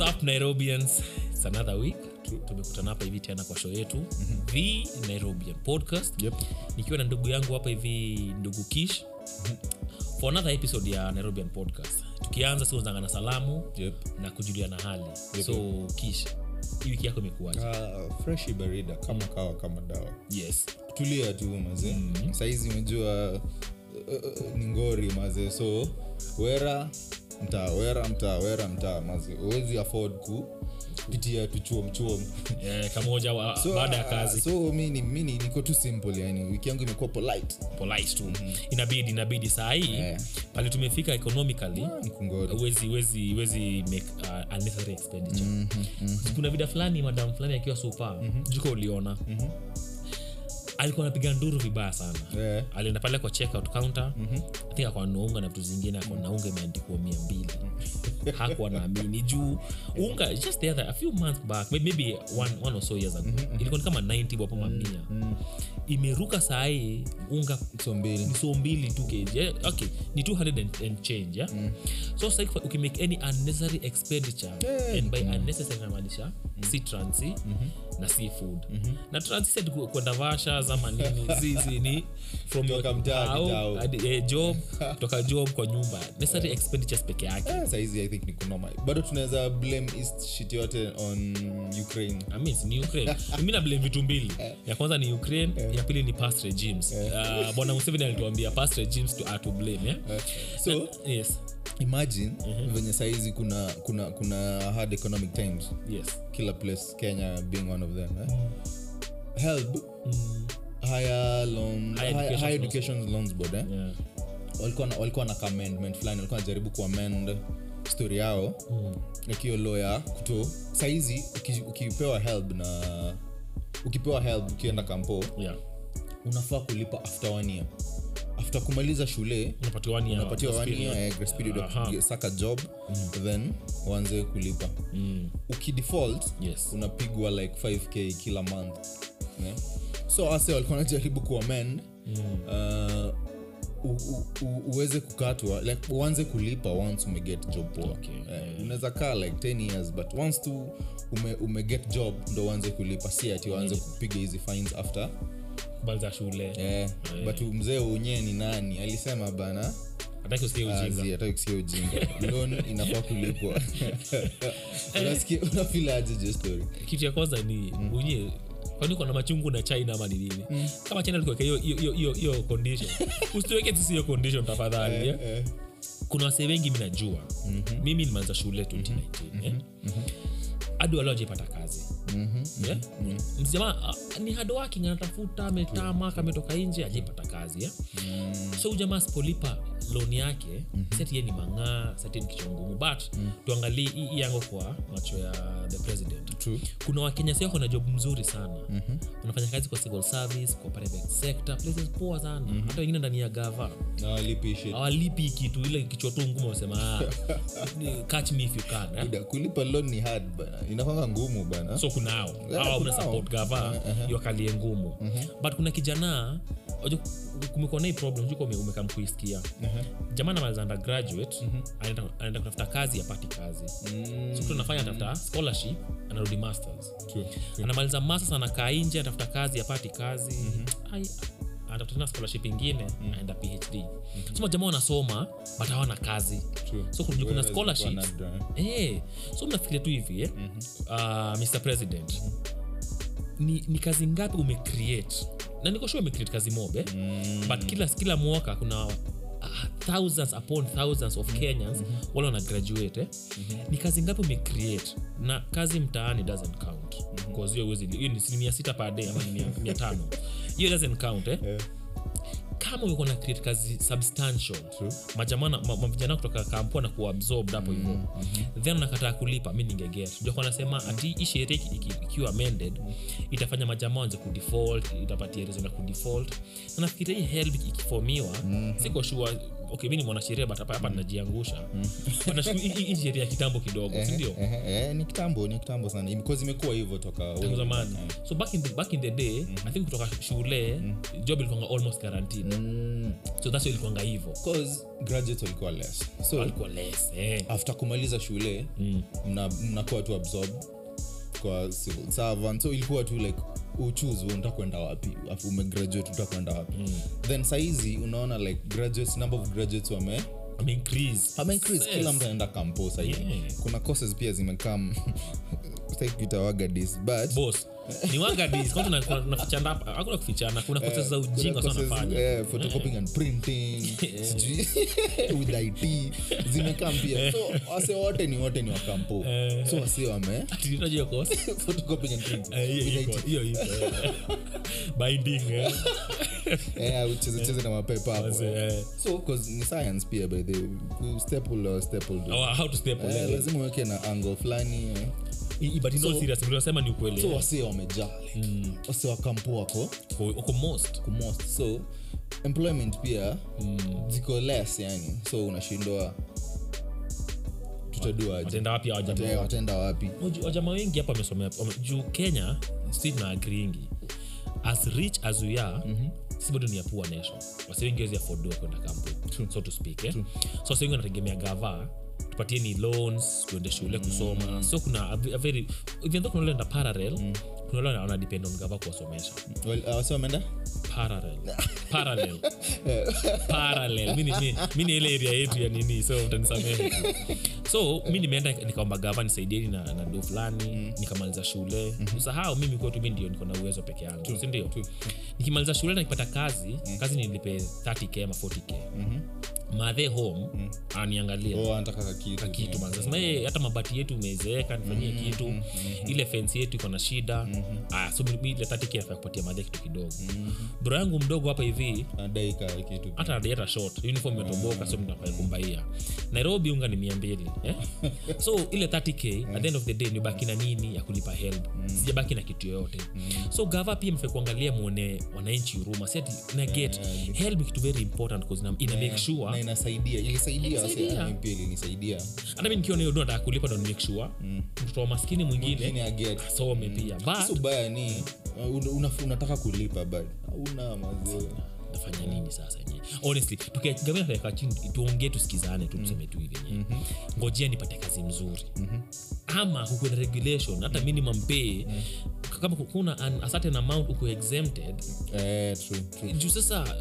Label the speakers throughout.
Speaker 1: up nairobians its another week tumekutana hapa hivi tena kwa show yetu mm-hmm. the nairobian podcast
Speaker 2: Mhm. Yep.
Speaker 1: nikiwa na ndugu yangu hapa hivi ndugu kish
Speaker 2: Mhm.
Speaker 1: for another episode ya nairobian podcast tukianza siunzanga na salamu
Speaker 2: Yep.
Speaker 1: na kujuliana hali so kish hii wiki yako imekuwaje
Speaker 2: Uh, fresh ibarida kama kawa kama dawa
Speaker 1: yes
Speaker 2: tulia tu mazee mm-hmm. saizi umejua uh, uh, ni ngori mazee so wera mtaa wera mtaa wera mtaa mazee huwezi afford ku pitia tuchuomchuom
Speaker 1: eh, kamoja wa, baada ya kazi
Speaker 2: so ah, mi ni- mi ni- niko tu simple yani wiki yangu imekuwa polite
Speaker 1: polite tu
Speaker 2: Mhm.
Speaker 1: inabidi inabidi saa hii
Speaker 2: Yeah.
Speaker 1: pale tumefika economically
Speaker 2: Ah, mkungori
Speaker 1: huwezi- huwezi- huwezi make uh, unnecessary expenditure kuna vida fulani madam fulani akiwa supa juko uliona alikuwa anapiga nduru vibaya sana
Speaker 2: Yeah.
Speaker 1: alienda pale kwa checkout counter I think akawa na unga na vitu zingine akawa na unga imeandikwa mia mbili hakuwa naamini juu unga just the other a few months back may- maybe one, one or so years ago ilikuwa ni kama 90 wapo mamia imeruka sahii unga
Speaker 2: so mbili
Speaker 1: ni so mbili tu kg eh, okay ni 200 and, and change yeah? mm. so sasa if ukimake any unnecessary expenditure
Speaker 2: Yeah, Mm.
Speaker 1: and by unnecessary namaanisha si transi
Speaker 2: Mm-hmm.
Speaker 1: na si food na transi si ati ku- kwenda vasha zama nini sisi ni from
Speaker 2: Kutoka
Speaker 1: your
Speaker 2: mtaa hadi
Speaker 1: town
Speaker 2: town.
Speaker 1: hadi, eh, job kutoka job kwa nyumba necessary expenditures peke yake
Speaker 2: Ah, saizi i think nikunoma bado tunaweza blame east shit yote on ukraine
Speaker 1: I mean, ni ukraine mi nablame vitu mbili ya kwanza ni ukraine ya pili ni past regimes uh, bwana museveni alituambia past regimes to, are to blame yeah?
Speaker 2: Eh, so
Speaker 1: yes
Speaker 2: imagine
Speaker 1: Mhm.
Speaker 2: venye saizi kuna kuna kuna hard economic times
Speaker 1: yes
Speaker 2: kila place kenya being one of them eh?
Speaker 1: Mm.
Speaker 2: help higher loan
Speaker 1: Higher
Speaker 2: higher, higher,
Speaker 1: education loans.
Speaker 2: education loans board eh?
Speaker 1: yeah.
Speaker 2: walikuwa na- walikuwa na commandment fulani walikuwa wanajaribu kuamend story yao
Speaker 1: Mm.
Speaker 2: ikiyo law ya kuto saizi uki- ukipewa help na ukipewa help ukienda kampo
Speaker 1: yeah.
Speaker 2: unafaa kulipa after one year after kumaliza shule
Speaker 1: unapatiwa one year
Speaker 2: unapatiwa
Speaker 1: grace
Speaker 2: one year
Speaker 1: period.
Speaker 2: eh, grace period ya
Speaker 1: Aha.
Speaker 2: kusaka job then waanze kulipa
Speaker 1: Mm.
Speaker 2: ukidefault
Speaker 1: Yes.
Speaker 2: unapigwa like 5k kila month yeah? so ase walikuwa najaribu kuamend
Speaker 1: Mm.
Speaker 2: uh, u- u- u- uweze kukatwa like uanze kulipa once umeget job poa
Speaker 1: Okay,
Speaker 2: Eh, unaweza kaa like 10 years but once tu ume, umeget job ndo uanze kulipa si ati
Speaker 1: Mm.
Speaker 2: waanze kupiga hizi fines after
Speaker 1: Habari za shule
Speaker 2: eh, but mzee wenyewe ni nani alisema bana
Speaker 1: hataki usikie ujinga
Speaker 2: atakusikia ujinga loan inafaa kulipwa unasikia unafilaje je story
Speaker 1: kitu ya kwanza ni
Speaker 2: Mm.
Speaker 1: unye kwani uko na machungu na china ama ni nini kama china alikuweka hiyo- hiyo- hiyo- hiyo hiyo condition usiweke sisi hiyo condition tafadhali yeah?
Speaker 2: eh. Mhm.
Speaker 1: kuna wasee wengi mi najua mimi nimeanza shule 2019 yeah? hadi waleo ajaipata kazi
Speaker 2: Mhm.
Speaker 1: yeah? mjamaa ah, ni hard working anatafuta
Speaker 2: Mm.
Speaker 1: ametama kametoka nje ajaipata kazi yeah? so ujamaa sipolipa loan yake
Speaker 2: Mhm.
Speaker 1: seti ye ni mang'aa seti ni kichwa ngumu but
Speaker 2: Mm.
Speaker 1: tuangalie hii hii yango kwa macho ya the president
Speaker 2: True.
Speaker 1: kuna wakenya sio na job mzuri sana mm-hmm. wanafanya kazi kwa civil service kwa private sector places poa sana mm-hmm. hata wengine ndani ya gava
Speaker 2: na walipi shit.
Speaker 1: awalipi kitu ile kichwa tu ngumu wasema "Ah, ni- catch me if you can eh?"
Speaker 2: Buda, kulipa loan ni hard bana inakwanga ngumu bana
Speaker 1: so kunao
Speaker 2: Yeah,
Speaker 1: awa una
Speaker 2: kunao.
Speaker 1: support gava iwakalie ngumu but kuna kijana unajua kumekuwa na hii problem sijui kama ume- umekamkuisikia jamaa anamaliza undergraduate anaenda anaenda kutafuta kazi apati kazi so mtu anafanya anatafuta scholarship anarudi masters
Speaker 2: True.
Speaker 1: anamaliza masters anakaa nje anatafuta kazi apati kazi Ai, anatafuta tena scholarship ingine anaenda phd sema jamaa wanasoma but hawana kazi
Speaker 2: True.
Speaker 1: so kuna kuna
Speaker 2: Whereas
Speaker 1: scholarships
Speaker 2: kwa nadra, eh.
Speaker 1: Eh, so mnafikiria tu hivi eh? Ah, mr president ni, ni kazi ngapi umecreate na niko sure umecreate kazi mob eh? but kila, kila mwaka kuna ah, thousands upon thousands of kenyans wale wana graduate eh? ni kazi ngapi umecreate na kazi mtaani doesn't count Because hiyo huwezi- hiyo ni si- mia sita per day ama ni mia- mia tano hiyo doesn't count eh?
Speaker 2: Eh.
Speaker 1: kama ulikuwa na create kazi substantial
Speaker 2: True.
Speaker 1: majamana ma, ma vijana kutoka kampo na kuabsorbed hapo hivyo
Speaker 2: Mm, mm-hmm.
Speaker 1: then nakataa kulipa mi ningeget ndio kwa nasema ati hii sheria iki- iki- ikiwa amended itafanya majamaa wanze
Speaker 2: Mm-hmm.
Speaker 1: kudefault itapatia reason ya kudefault na nafikiria hii help ikifomiwa siko sure okay mi ni mwanasheria but hapa hapa najiangusha
Speaker 2: Mm-hmm.
Speaker 1: But nashukuru hii- hii- hii sheria ya kitambo kidogo
Speaker 2: Ehe,
Speaker 1: sindio
Speaker 2: ehe, ehe, eh, ni kitambo ni kitambo sana Im- because imekuwa hivyo toka
Speaker 1: tangu
Speaker 2: wengi.
Speaker 1: zamani so back in the, back in the day
Speaker 2: Mm-hmm.
Speaker 1: i think kutoka shule job ilikuanga almost guaranteed
Speaker 2: Mm,
Speaker 1: so that's why ilikuanga hivo
Speaker 2: 'cause graduates walikuwa less so
Speaker 1: alikuwa less eh.
Speaker 2: after kumaliza shule
Speaker 1: Mm.
Speaker 2: mna- mnakuwa tu absorb kwa civil servant so ilikuwa tu like uchuse utakwenda wapi afu umegraduate utakwenda wapi
Speaker 1: Mm.
Speaker 2: then saizi unaona like graduates number of graduates wame
Speaker 1: Ame increase.
Speaker 2: ameincrease
Speaker 1: Yes.
Speaker 2: kila mtu anaenda kampo saizi
Speaker 1: Yeah.
Speaker 2: kuna courses pia zimekam stakitawagadis but
Speaker 1: Boss, ni wangadis kwani tuna- kuna- tunafichana hapa hakuna kufichana
Speaker 2: Eh,
Speaker 1: kuna kosa za ujinga sana nafanya
Speaker 2: photocopying and printing sijui with it zimekam pia so wase wote ni wote ni wakampo so wase wame
Speaker 1: Tunajiwa kosa.
Speaker 2: photocopying and printing
Speaker 1: Eh, hiyo
Speaker 2: with
Speaker 1: iko,
Speaker 2: IT.
Speaker 1: hiyo iko, eh. Binding, eh.
Speaker 2: Eh, uchezecheze na mapepa hapo
Speaker 1: Wazee, eh.
Speaker 2: so 'cause ni science pia by the staple or staple do.
Speaker 1: Our how to step on
Speaker 2: Eh,
Speaker 1: level.
Speaker 2: lazima uweke na angle fulani eh.
Speaker 1: I- but in all
Speaker 2: So-
Speaker 1: seriousness, tunasema ni ukweli
Speaker 2: so
Speaker 1: eh.
Speaker 2: wase wamejaa like,
Speaker 1: Mm.
Speaker 2: wase wakampo wako
Speaker 1: Uko- uko most
Speaker 2: kumost so employment pia
Speaker 1: Mm.
Speaker 2: ziko less yani so unashindwa tutaduaje
Speaker 1: wataenda wapi hawa jamaa?
Speaker 2: Eh, wataenda wapi
Speaker 1: Unajua, wajamaa wengi hapa wamesomea wame- juu kenya si na agriingi as rich as we are si bado ni ya poor nation wasi wengi wezi afodua kwenda kampu so to speak eh? so wasi wengi wanategemea gava tupatie ni loans tuende shule kusoma so kuna a ve- a very even though kuna wale wanaenda parallel kuna wale wana- wana depend on gava kuwasomesha
Speaker 2: Well, uh, wase wameenda
Speaker 1: parallel parallel parallel mi ni- mi- mi ni ile area yetu ya nini so mtanisamehe so mi nimeenda nika- nikaomba gava nisaidieni na, na do fulani nikamaliza shule usahau mimi kwetu mi ndio niko na uwezo peke yangu sindio nikimaliza shule na nikipata kazi kazi nilipe 30k ama 40k madhe home ananiangalia
Speaker 2: oh, anataka kakitu
Speaker 1: kitu man. Sasa, "Hey, hata mabati yetu umezeeka nifanyie kitu ile fensi yetu iko na shida Aya, so mi- mi ile 30K nafaa kupatia madhe kitu kidogo bro yangu mdogo hapa hivi
Speaker 2: anadai ka kitu
Speaker 1: hata adaeta short uniform imetoboka so mnafaa kumbaia nairobi unga ni mia mbili eh? so ile 30k at the end of the day nibaki na nini ya kulipa help sijabaki na kitu yoyote so gava pia mfe kuangalia mwone wananchi huruma si ati na get help ni kitu very important cause ina, ina make sure
Speaker 2: na inasaidia ilisaidia wase-
Speaker 1: Ilisaidia.
Speaker 2: yani pia ilinisaidia
Speaker 1: hata mi nikiona hiyo do nataka kulipa ndo nimake sure mtoto wa maskini
Speaker 2: Mwingine
Speaker 1: mwingine
Speaker 2: aget
Speaker 1: asome pia
Speaker 2: so
Speaker 1: but
Speaker 2: baya ni uh, una- una- unataka kulipa but hauna mazee
Speaker 1: tafanya nini sasa yenyewe honestly tukigamia tukaeka chini tuongee tusikizane tu tuseme tu hivi yenyewe ngojea nipate kazi mzuri ama huko na regulation hata minimum pay kama kuna an, a certain amount uko exempted
Speaker 2: eh, true, true.
Speaker 1: juu sasa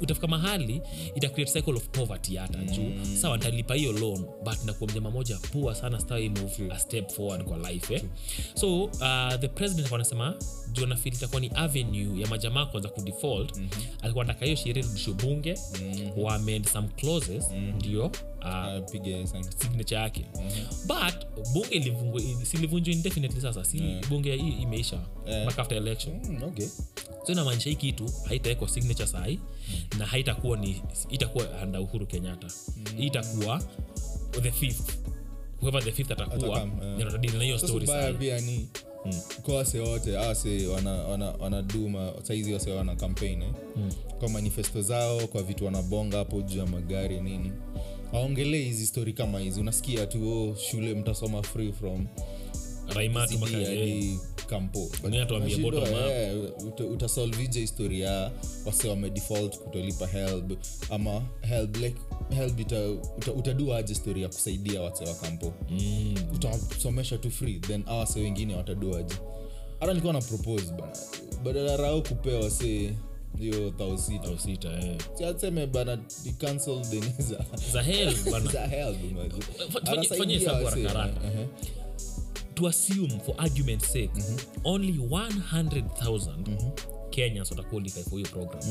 Speaker 1: utafika mahali ita create cycle of poverty hata juu sawa ntalipa hiyo loan but nakuwa mjama moja pua sana stai move a step forward kwa life eh? so uh, the president alikuwa anasema juu nafil itakuwa ni avenue ya majamaa kwanza kudefault alikuwa anataka hiyo sheria irudishwe bunge wameend some clauses ndio uh,
Speaker 2: Ah, piga sign.
Speaker 1: signature yake but bunge ilivunjwa- silivunjwa indefinitely sasa si bunge hii imeisha back after election
Speaker 2: Mm, okay.
Speaker 1: so inamaanisha hii kitu haitawekwa signature sahi na haitakuwa ni itakuwa anda uhuru kenyatta hii itakuwa the fifth whoever the fifth atakuwa
Speaker 2: Atakam, eh.
Speaker 1: ndio atadili na hiyo
Speaker 2: Sasa
Speaker 1: story
Speaker 2: ubaya
Speaker 1: sahi
Speaker 2: pia ni kwa wase wote awase wanaduma saizi wase wana kampeni eh? kwa manifesto zao kwa vitu wanabonga hapo juu ya magari nini aongelee hizi stori kama hizi unasikia tu oh, shule mtasoma free from
Speaker 1: raimatu
Speaker 2: CD
Speaker 1: makae
Speaker 2: hadi eh, kampo
Speaker 1: yaani
Speaker 2: But
Speaker 1: Ni watu waambie
Speaker 2: unashindwa,
Speaker 1: bottom up.
Speaker 2: eh, uta- utasolvije histori ya wase wamedefault kutolipa helb ama helb like helb ita, uta, utadua aje stori ya kusaidia wase wa kampo
Speaker 1: Mm.
Speaker 2: utawasomesha tu free then awase wengine wataduaje hata nilikuwa na propose bana badala rao kupewa se hiyo thausita
Speaker 1: sita eh.
Speaker 2: siaseme bana ni cancel deniza
Speaker 1: za hell bana
Speaker 2: za helb mazi.
Speaker 1: fanye-
Speaker 2: Anasaidia eh,
Speaker 1: fanye hesabu
Speaker 2: wasee.
Speaker 1: haraka haraka.
Speaker 2: Ehe.
Speaker 1: to assume for argument sake only 100000 kenyans wata qualify for hiyo program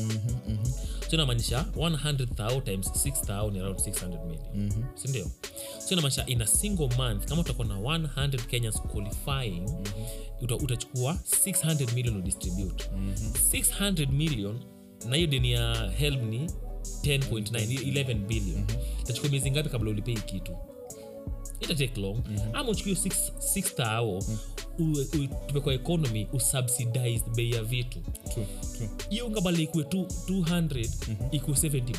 Speaker 1: so inamaanisha 100000 times 6000 ni around 600 million sindio so inamaanisha in a single month kama utakuwa na 100 kenyans qualifying uta, utachukua 600 million udistribute 600 million na hiyo deni ya help ni 10.9 11 billion itachukua miezi ngapi kabla ulipei kitu ita take long ama uchukue 6 tao tupe kwa economy usubsidize bei ya vitu
Speaker 2: True, true.
Speaker 1: hiyo unga bala ikue tu- 200 ikue 70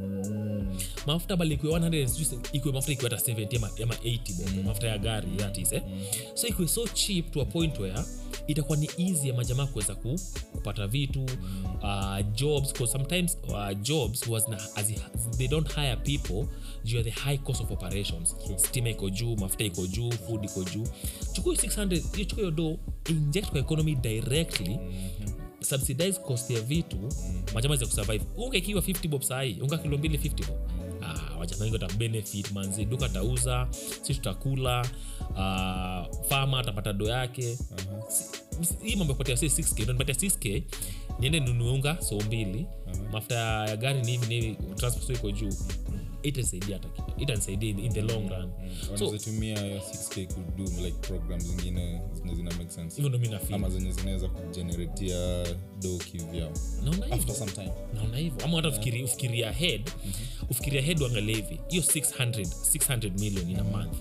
Speaker 1: mm. mafuta bali ikue 100 sijui se- ikue mafuta ikue hata 70 ama, ama 80 bob mafuta ya gari that is eh? so ikue so cheap to a point where itakuwa ni easy ya majamaa kuweza ku, kupata vitu uh, jobs 'cause sometimes uh, jobs was na, hazi, they don't hire people juu ya the high cost of operations stima iko juu mafuta iko juu food iko juu chukua hiyo 600 hiyo chukua hiyo do inject kwa economy directly subsidize cost ya vitu
Speaker 2: Mm.
Speaker 1: majamaa za kusurvive ungekiwa 50 bob sahii unga kilo mbili 50 bob Ah, wajamaa wengi watabenefit manzi duka atauza si tutakula uh, fama atapata do yake
Speaker 2: Uh-huh.
Speaker 1: Si- si- hii mambo ya kupatia si 6k ndonipatia 6k niende nunuunga soo mbili
Speaker 2: Uh-huh.
Speaker 1: mafuta ya gari ni hivi ni hivi transport iko juu
Speaker 2: Mm.
Speaker 1: itasaidia hata kitu. itanisaidia in in the long run so
Speaker 2: wanazotumia hiyo 6k kudu like program zingine zenye zina make sense
Speaker 1: hivyo ndo mi nafeel.
Speaker 2: ama zenye zinaweza kujeneretia do kivyao
Speaker 1: naona hivyo.
Speaker 2: after some time
Speaker 1: naona hivyo ama hata ufikiri, ufikiria head ufikiria head uangalia hivi hiyo 600 600 million in a month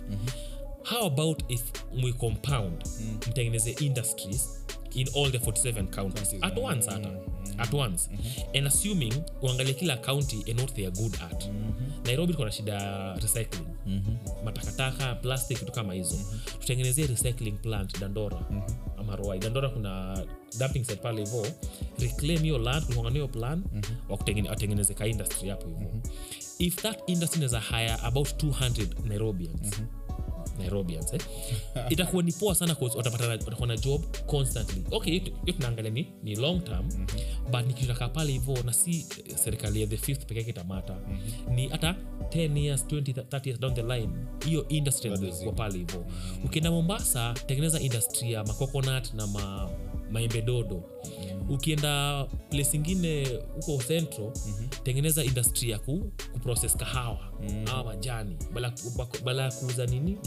Speaker 1: how about if we compound mtengeneze industries in all the 47 counties at once hata at once and assuming uangalie kila county and what they are good at nairobi iko na shida ya recycling matakataka plastic vitu kama hizo tutengenezee recycling plant dandora ama roai dandora kuna dumping site pale hivo reclaim hiyo land kulingana hiyo plan wakutengene- watengeneze ka industry hapo hivo if that industry inaweza hire about 200 nairobians nairobians eh? itakuwa ni poa sana 'cause watapata watakuwa na job constantly okay hiyo hiyo tunaangalia ni, ni long term mm-hmm. but nikitaka pale hivyo na si eh, serikali ya the fifth peke yake itamata mm-hmm. ni hata 10 years 20 30 years down the line hiyo industry kwa pale hivyo ukienda mombasa tengeneza industry ya macoconut na ma maembe dodo ukienda place ingine huko centro tengeneza industry ya ku, kuprocess kahawa ama majani bala ku- bako- bala ya kuuza nini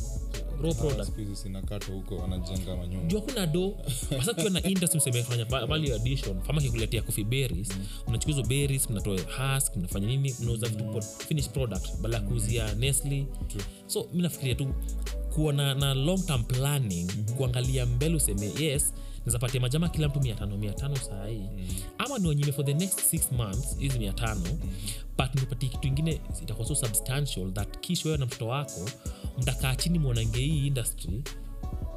Speaker 1: raw product
Speaker 2: Ah, siku hizi sinakato huko wanajenga manyumba
Speaker 1: jua kuna do hasa ukiwa na industry msemefanya va- value addition fama kikuletea coffee berries unachukua hizo berries mnatoa husk mnafanya nini mnauza vitu pod- finished product badala ya kuuzia nestle so mi nafikiria tu kuwa na, na long term planning kuangalia mbele useme yes nizapatia majama kila mtu mia tano mia tano sahii ama niwanyime for the next six months hizi mia tano but nipatie kitu ingine itakuwa so substantial that kish wewe na mtoto wako mtakaa chini mwanange hii industry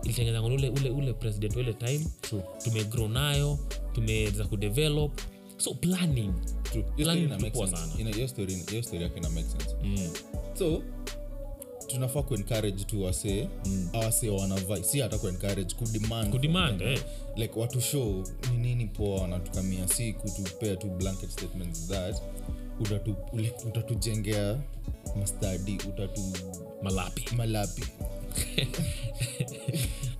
Speaker 1: ilitengenezwa na ule, ule, ule president wa ile time
Speaker 2: True.
Speaker 1: tumegrow nayo tumeweza kudevelop so planning
Speaker 2: True.
Speaker 1: Plan
Speaker 2: Hiyo story ina
Speaker 1: ni
Speaker 2: make
Speaker 1: kubwa
Speaker 2: sense.
Speaker 1: sana. Mm.
Speaker 2: Ina- hiyo story- hiyo story yake ina make sense so tunafaa kuencourage tu wasee
Speaker 1: Mm.
Speaker 2: awasee wanavai si hata kuencourage kudemand
Speaker 1: Kudemand, eh.
Speaker 2: like watu show ni nini poa wanatukamia si kutupea tu blanket statements that utatu, like, utatujengea mastadi utatu
Speaker 1: malapi
Speaker 2: malapi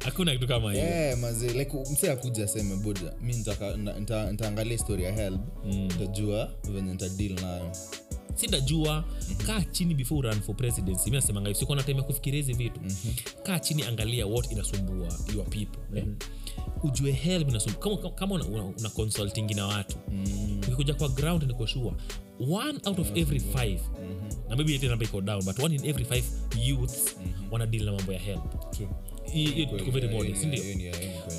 Speaker 1: hakuna kitu kama hiyo
Speaker 2: yeah, Eh, maze like mse akuja aseme boda mi nitaka- nta- nta- nitaangalia story ya help
Speaker 1: Mm.
Speaker 2: ntajua venye nitadil nayo
Speaker 1: sintajua kaa chini before run for presidency mi nasemanga hivyo, sikuwa na time ya kufikiria hizi vitu kaa chini angalia what inasumbua your people eh? ujue help inasumbua kama, kama- kama una, una, una consulting na watu ukikuja kwa ground niko sure one out of every five na maybe ile namba iko down but one in every five youths wanadeal na mambo ya help Hiyo- hiyo tuko very modest, sindio?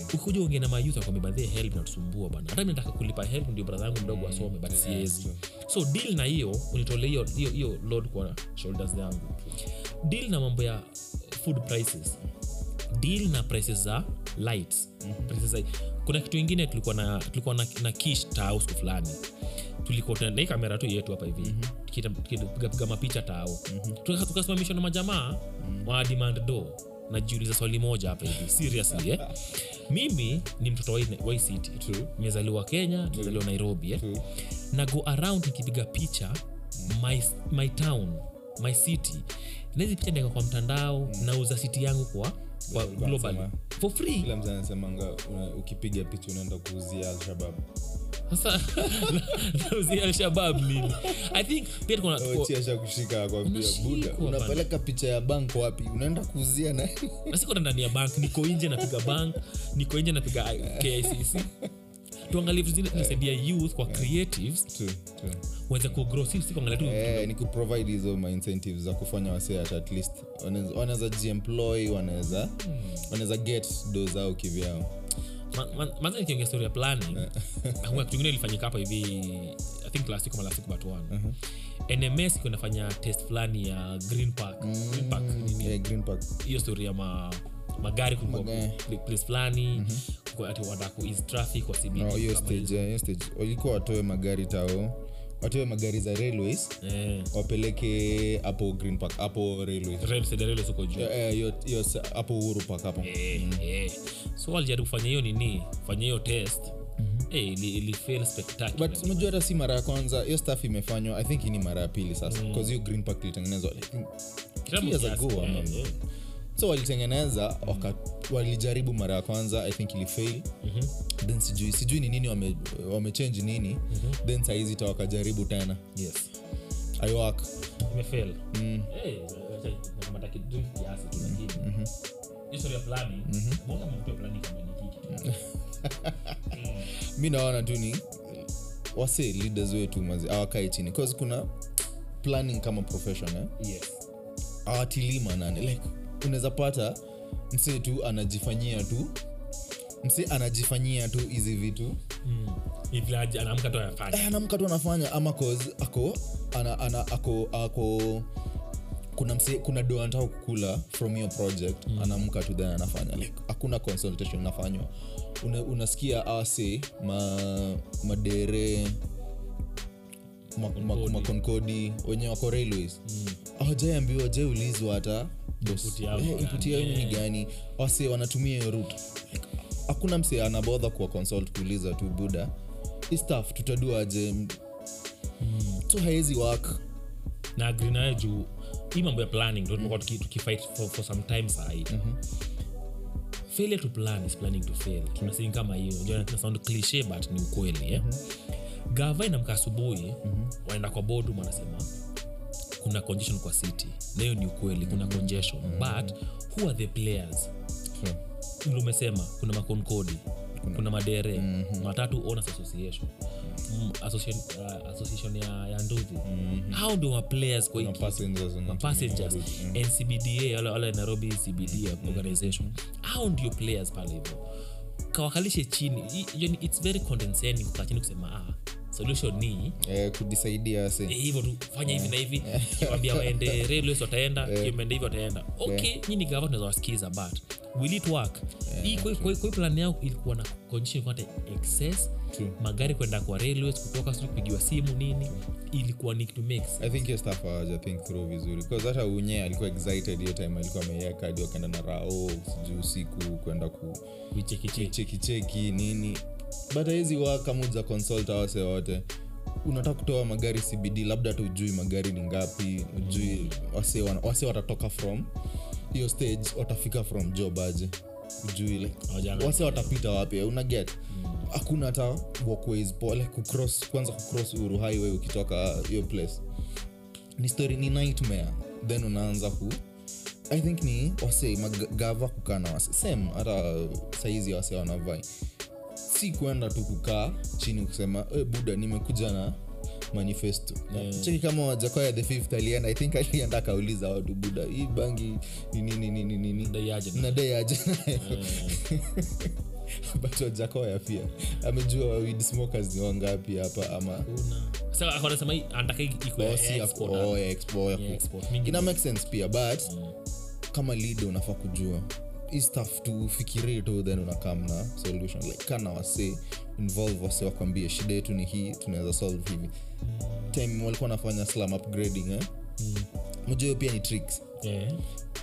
Speaker 1: ukikuja uongea na mayuth akwambia badhee help natusumbua bana hata mi nataka kulipa help ndio bradha yangu mdogo asome but siwezi so deal na hiyo unitole hiyo hiyo hiyo load kwa shoulders yangu deal na mambo ya food prices deal na prices za lights prices za, kuna kitu ingine tulikuwa na tulikuwa na, na kish taausu fulani tulikuwa tuna- na hii kamera tu yetu hapa hivi Tukita- tukipigapiga mapicha tao Tuka- tukasimamishwa na majamaa wa demand do najiuliza swali moja hapa hivi seriously eh? mimi ni mtoto wa hii- wa hii city nimezaliwa kenya nimezaliwa nairobi eh?
Speaker 2: True.
Speaker 1: na go around nikipiga picha my, my town my city nahizi picha ndeka kwa mtandao nauza city yangu kwa, kwa globally
Speaker 2: nasema.
Speaker 1: for free
Speaker 2: kila mtu anasemanga una- ukipiga picha unaenda kuuzia alshabab
Speaker 1: sasa nauzia alshabab nini i think pia tuko na- tuko-
Speaker 2: chiasha kushika kwambia
Speaker 1: Unashikwa,
Speaker 2: buda
Speaker 1: bana."
Speaker 2: unapeleka picha ya bank wapi unaenda kuuzia na
Speaker 1: nasikona ndani ya bank niko nje napiga bank niko nje napiga I- kicc tuangalie vitu zile zinasaidia youth kwa creatives
Speaker 2: True, true.
Speaker 1: waweze kugrow si si kuangalia tu
Speaker 2: Eh, ni kuprovide hizo maincentives za kufanya wasee at- at least wanaweza- wanaweza jiemploy wanaweza
Speaker 1: Hmm.
Speaker 2: wanaweza get do zao kivyao
Speaker 1: Ma- ma- maanza nikiongea story ya planning hakuna kitu ingine ilifanyika hapa hivi i think last week ama last week but one nms iko inafanya test fulani ya green park green park Hmm, nini
Speaker 2: Yeah, Eh, Green Park.
Speaker 1: hiyo story ya ma, magari kulikuwa
Speaker 2: Magari. Mhm.
Speaker 1: pl- place fulani kwa- ati wadaku is traffic wa CBD
Speaker 2: No, hiyo
Speaker 1: kama
Speaker 2: stage,
Speaker 1: hizo.
Speaker 2: yeah, hiyo stage walikuwa watoe magari tao watoe magari za railways
Speaker 1: Eh,
Speaker 2: wapeleke hapo green park hapo railways
Speaker 1: rail- said rail ziko juu
Speaker 2: Eh, eh, hiyo- hiyo sa- hapo uhuru park hapo
Speaker 1: Eh, eh. so walijaribu kufanya hiyo nini fanya hiyo test Eh, ili, ili fail spectacular.
Speaker 2: Mhm. but unajua hata si mara ya kwanza hiyo staff imefanywa i think hii ni mara ya pili sasa
Speaker 1: Hmm.
Speaker 2: mm. hiyo green park ilitengenezwa like, two
Speaker 1: Kitambo
Speaker 2: years
Speaker 1: kiasi,
Speaker 2: ago ama
Speaker 1: eh, eh.
Speaker 2: so walitengeneza waka, walijaribu mara ya kwanza i think ilifail then sijui sijui ni nini wame- wamechange wame nini then sahizi ta wakajaribu tena
Speaker 1: Yes.
Speaker 2: iwak
Speaker 1: imefail
Speaker 2: Mm.
Speaker 1: Eh, acha- nakamata kidrink kiasi, kila
Speaker 2: Mm-hmm.
Speaker 1: kitu. Hiyo story ya planning, mbona mtu ya planning kama ni hiki kitu?
Speaker 2: mi naona tu ni wase leaders wetu mazi awakai chini cause kuna planning kama profession eh?
Speaker 1: Yes.
Speaker 2: awatilii manane like unaweza pata msee tu anajifanyia tu msee anajifanyia tu hizi vitu
Speaker 1: Mm. Ni vile aje, anaamka tu anafanya.
Speaker 2: Eh, anamka tu anafanya ama cause ako ana, ana, ako, ako kuna mse, kuna do anataka kukula from hiyo project mm. anamka tu then anafanya like hakuna consultation nafanywa Una, unasikia ase ma, madere makonkodi ma, ma, makonkodi, wenye wako railways awajaiambiwa jaiulizwa hata
Speaker 1: Input
Speaker 2: boss,
Speaker 1: yao ni
Speaker 2: eh, input
Speaker 1: gani?
Speaker 2: yao ni gani wase wanatumia hiyo route Like, hakuna mse anabodha kuwa consult kuuliza tu buda hii stuff tutaduaje mm. so haiwezi work
Speaker 1: na agree naye juu hii mambo ya planning ndio tumekuwa tuki- tukifight for, for some time saa hii failure to plan is planning to fail tuna saying kama hiyo unajua ina sound cliche but ni ukweli eh? gava inamka asubuhi wanaenda kwa boardroom wanasema kuna congestion kwa city na hiyo ni ukweli kuna congestion but who are the players
Speaker 2: Sure.
Speaker 1: vile umesema kuna makonkodi kuna madere matatu owners association mm, association, uh, association ya, ya nduthi hao ndio ma players kwa hii
Speaker 2: Na passengers
Speaker 1: ma
Speaker 2: wanatumia
Speaker 1: passengers
Speaker 2: hiyo route.
Speaker 1: ncbda wala- wala nairobi cbd organization hao ndio players pale hivo kawakalishe chini I- yani its very condescending kukaa chini kusema ah, solution ni
Speaker 2: eh, kujisaidia
Speaker 1: eh,
Speaker 2: ase
Speaker 1: hivyo tu fanya hivi na hivi kiwambia waende railways wataenda kimeenda hivi wataenda okay yeah. nyini gava tunaweza wasikiza but will it work hii kwa- kwa- kwa hii plan yao ilikuwa na condition kwata excess
Speaker 2: True.
Speaker 1: magari kwenda kwa railways kutoka sijui kupigiwa simu nini ilikuwa ni kitu mix
Speaker 2: i think hiyo staff hawaja think through vizuri bcause hata unye alikuwa excited hiyo time alikuwa ameiweka hadi wakaenda na rao sijuu usiku kwenda ku
Speaker 1: kuichekicheki
Speaker 2: chekicheki nini but haizi wa kama uja consult awase wote unataka kutoa magari cbd labda hata ujui magari ni ngapi ujui wase, wana, wase watatoka from hiyo stage watafika from job aje ujui like,
Speaker 1: Hawajaangalia.
Speaker 2: wase watapita wapi una get hakuna hata walkways pole kucross kwanza kucross uru highway ukitoka hiyo place ni story ni nightmare then unaanza ku i think ni wase magava kukaa na wase same hata saizi wase wanavai si kuenda tu kukaa chini kusema e, buda nimekuja na manifesto yeah. cheki kama wajakoya the fifth alienda i think alienda akauliza watu buda hii bangi ni nini nini nini
Speaker 1: Ndio yaje na-
Speaker 2: nadai aje nayo but wajakoya pia amejua weed smokers ni wangapi hapa ama
Speaker 1: Sasa wanasema hii anataka hii iko ya
Speaker 2: Oh, si ya-
Speaker 1: export,
Speaker 2: oh, ya expo- ya
Speaker 1: ya
Speaker 2: ku-
Speaker 1: export. Mingi
Speaker 2: ina make sense pia but kama leader unafaa kujua hii stuff tu ufikirie tu then unakam na solution like kana wase involve wase wakwambie shida yetu ni hii tunaweza solve hivi time walikuwa wanafanya slam upgrading eh? Unajua hiyo pia ni tricks
Speaker 1: eh,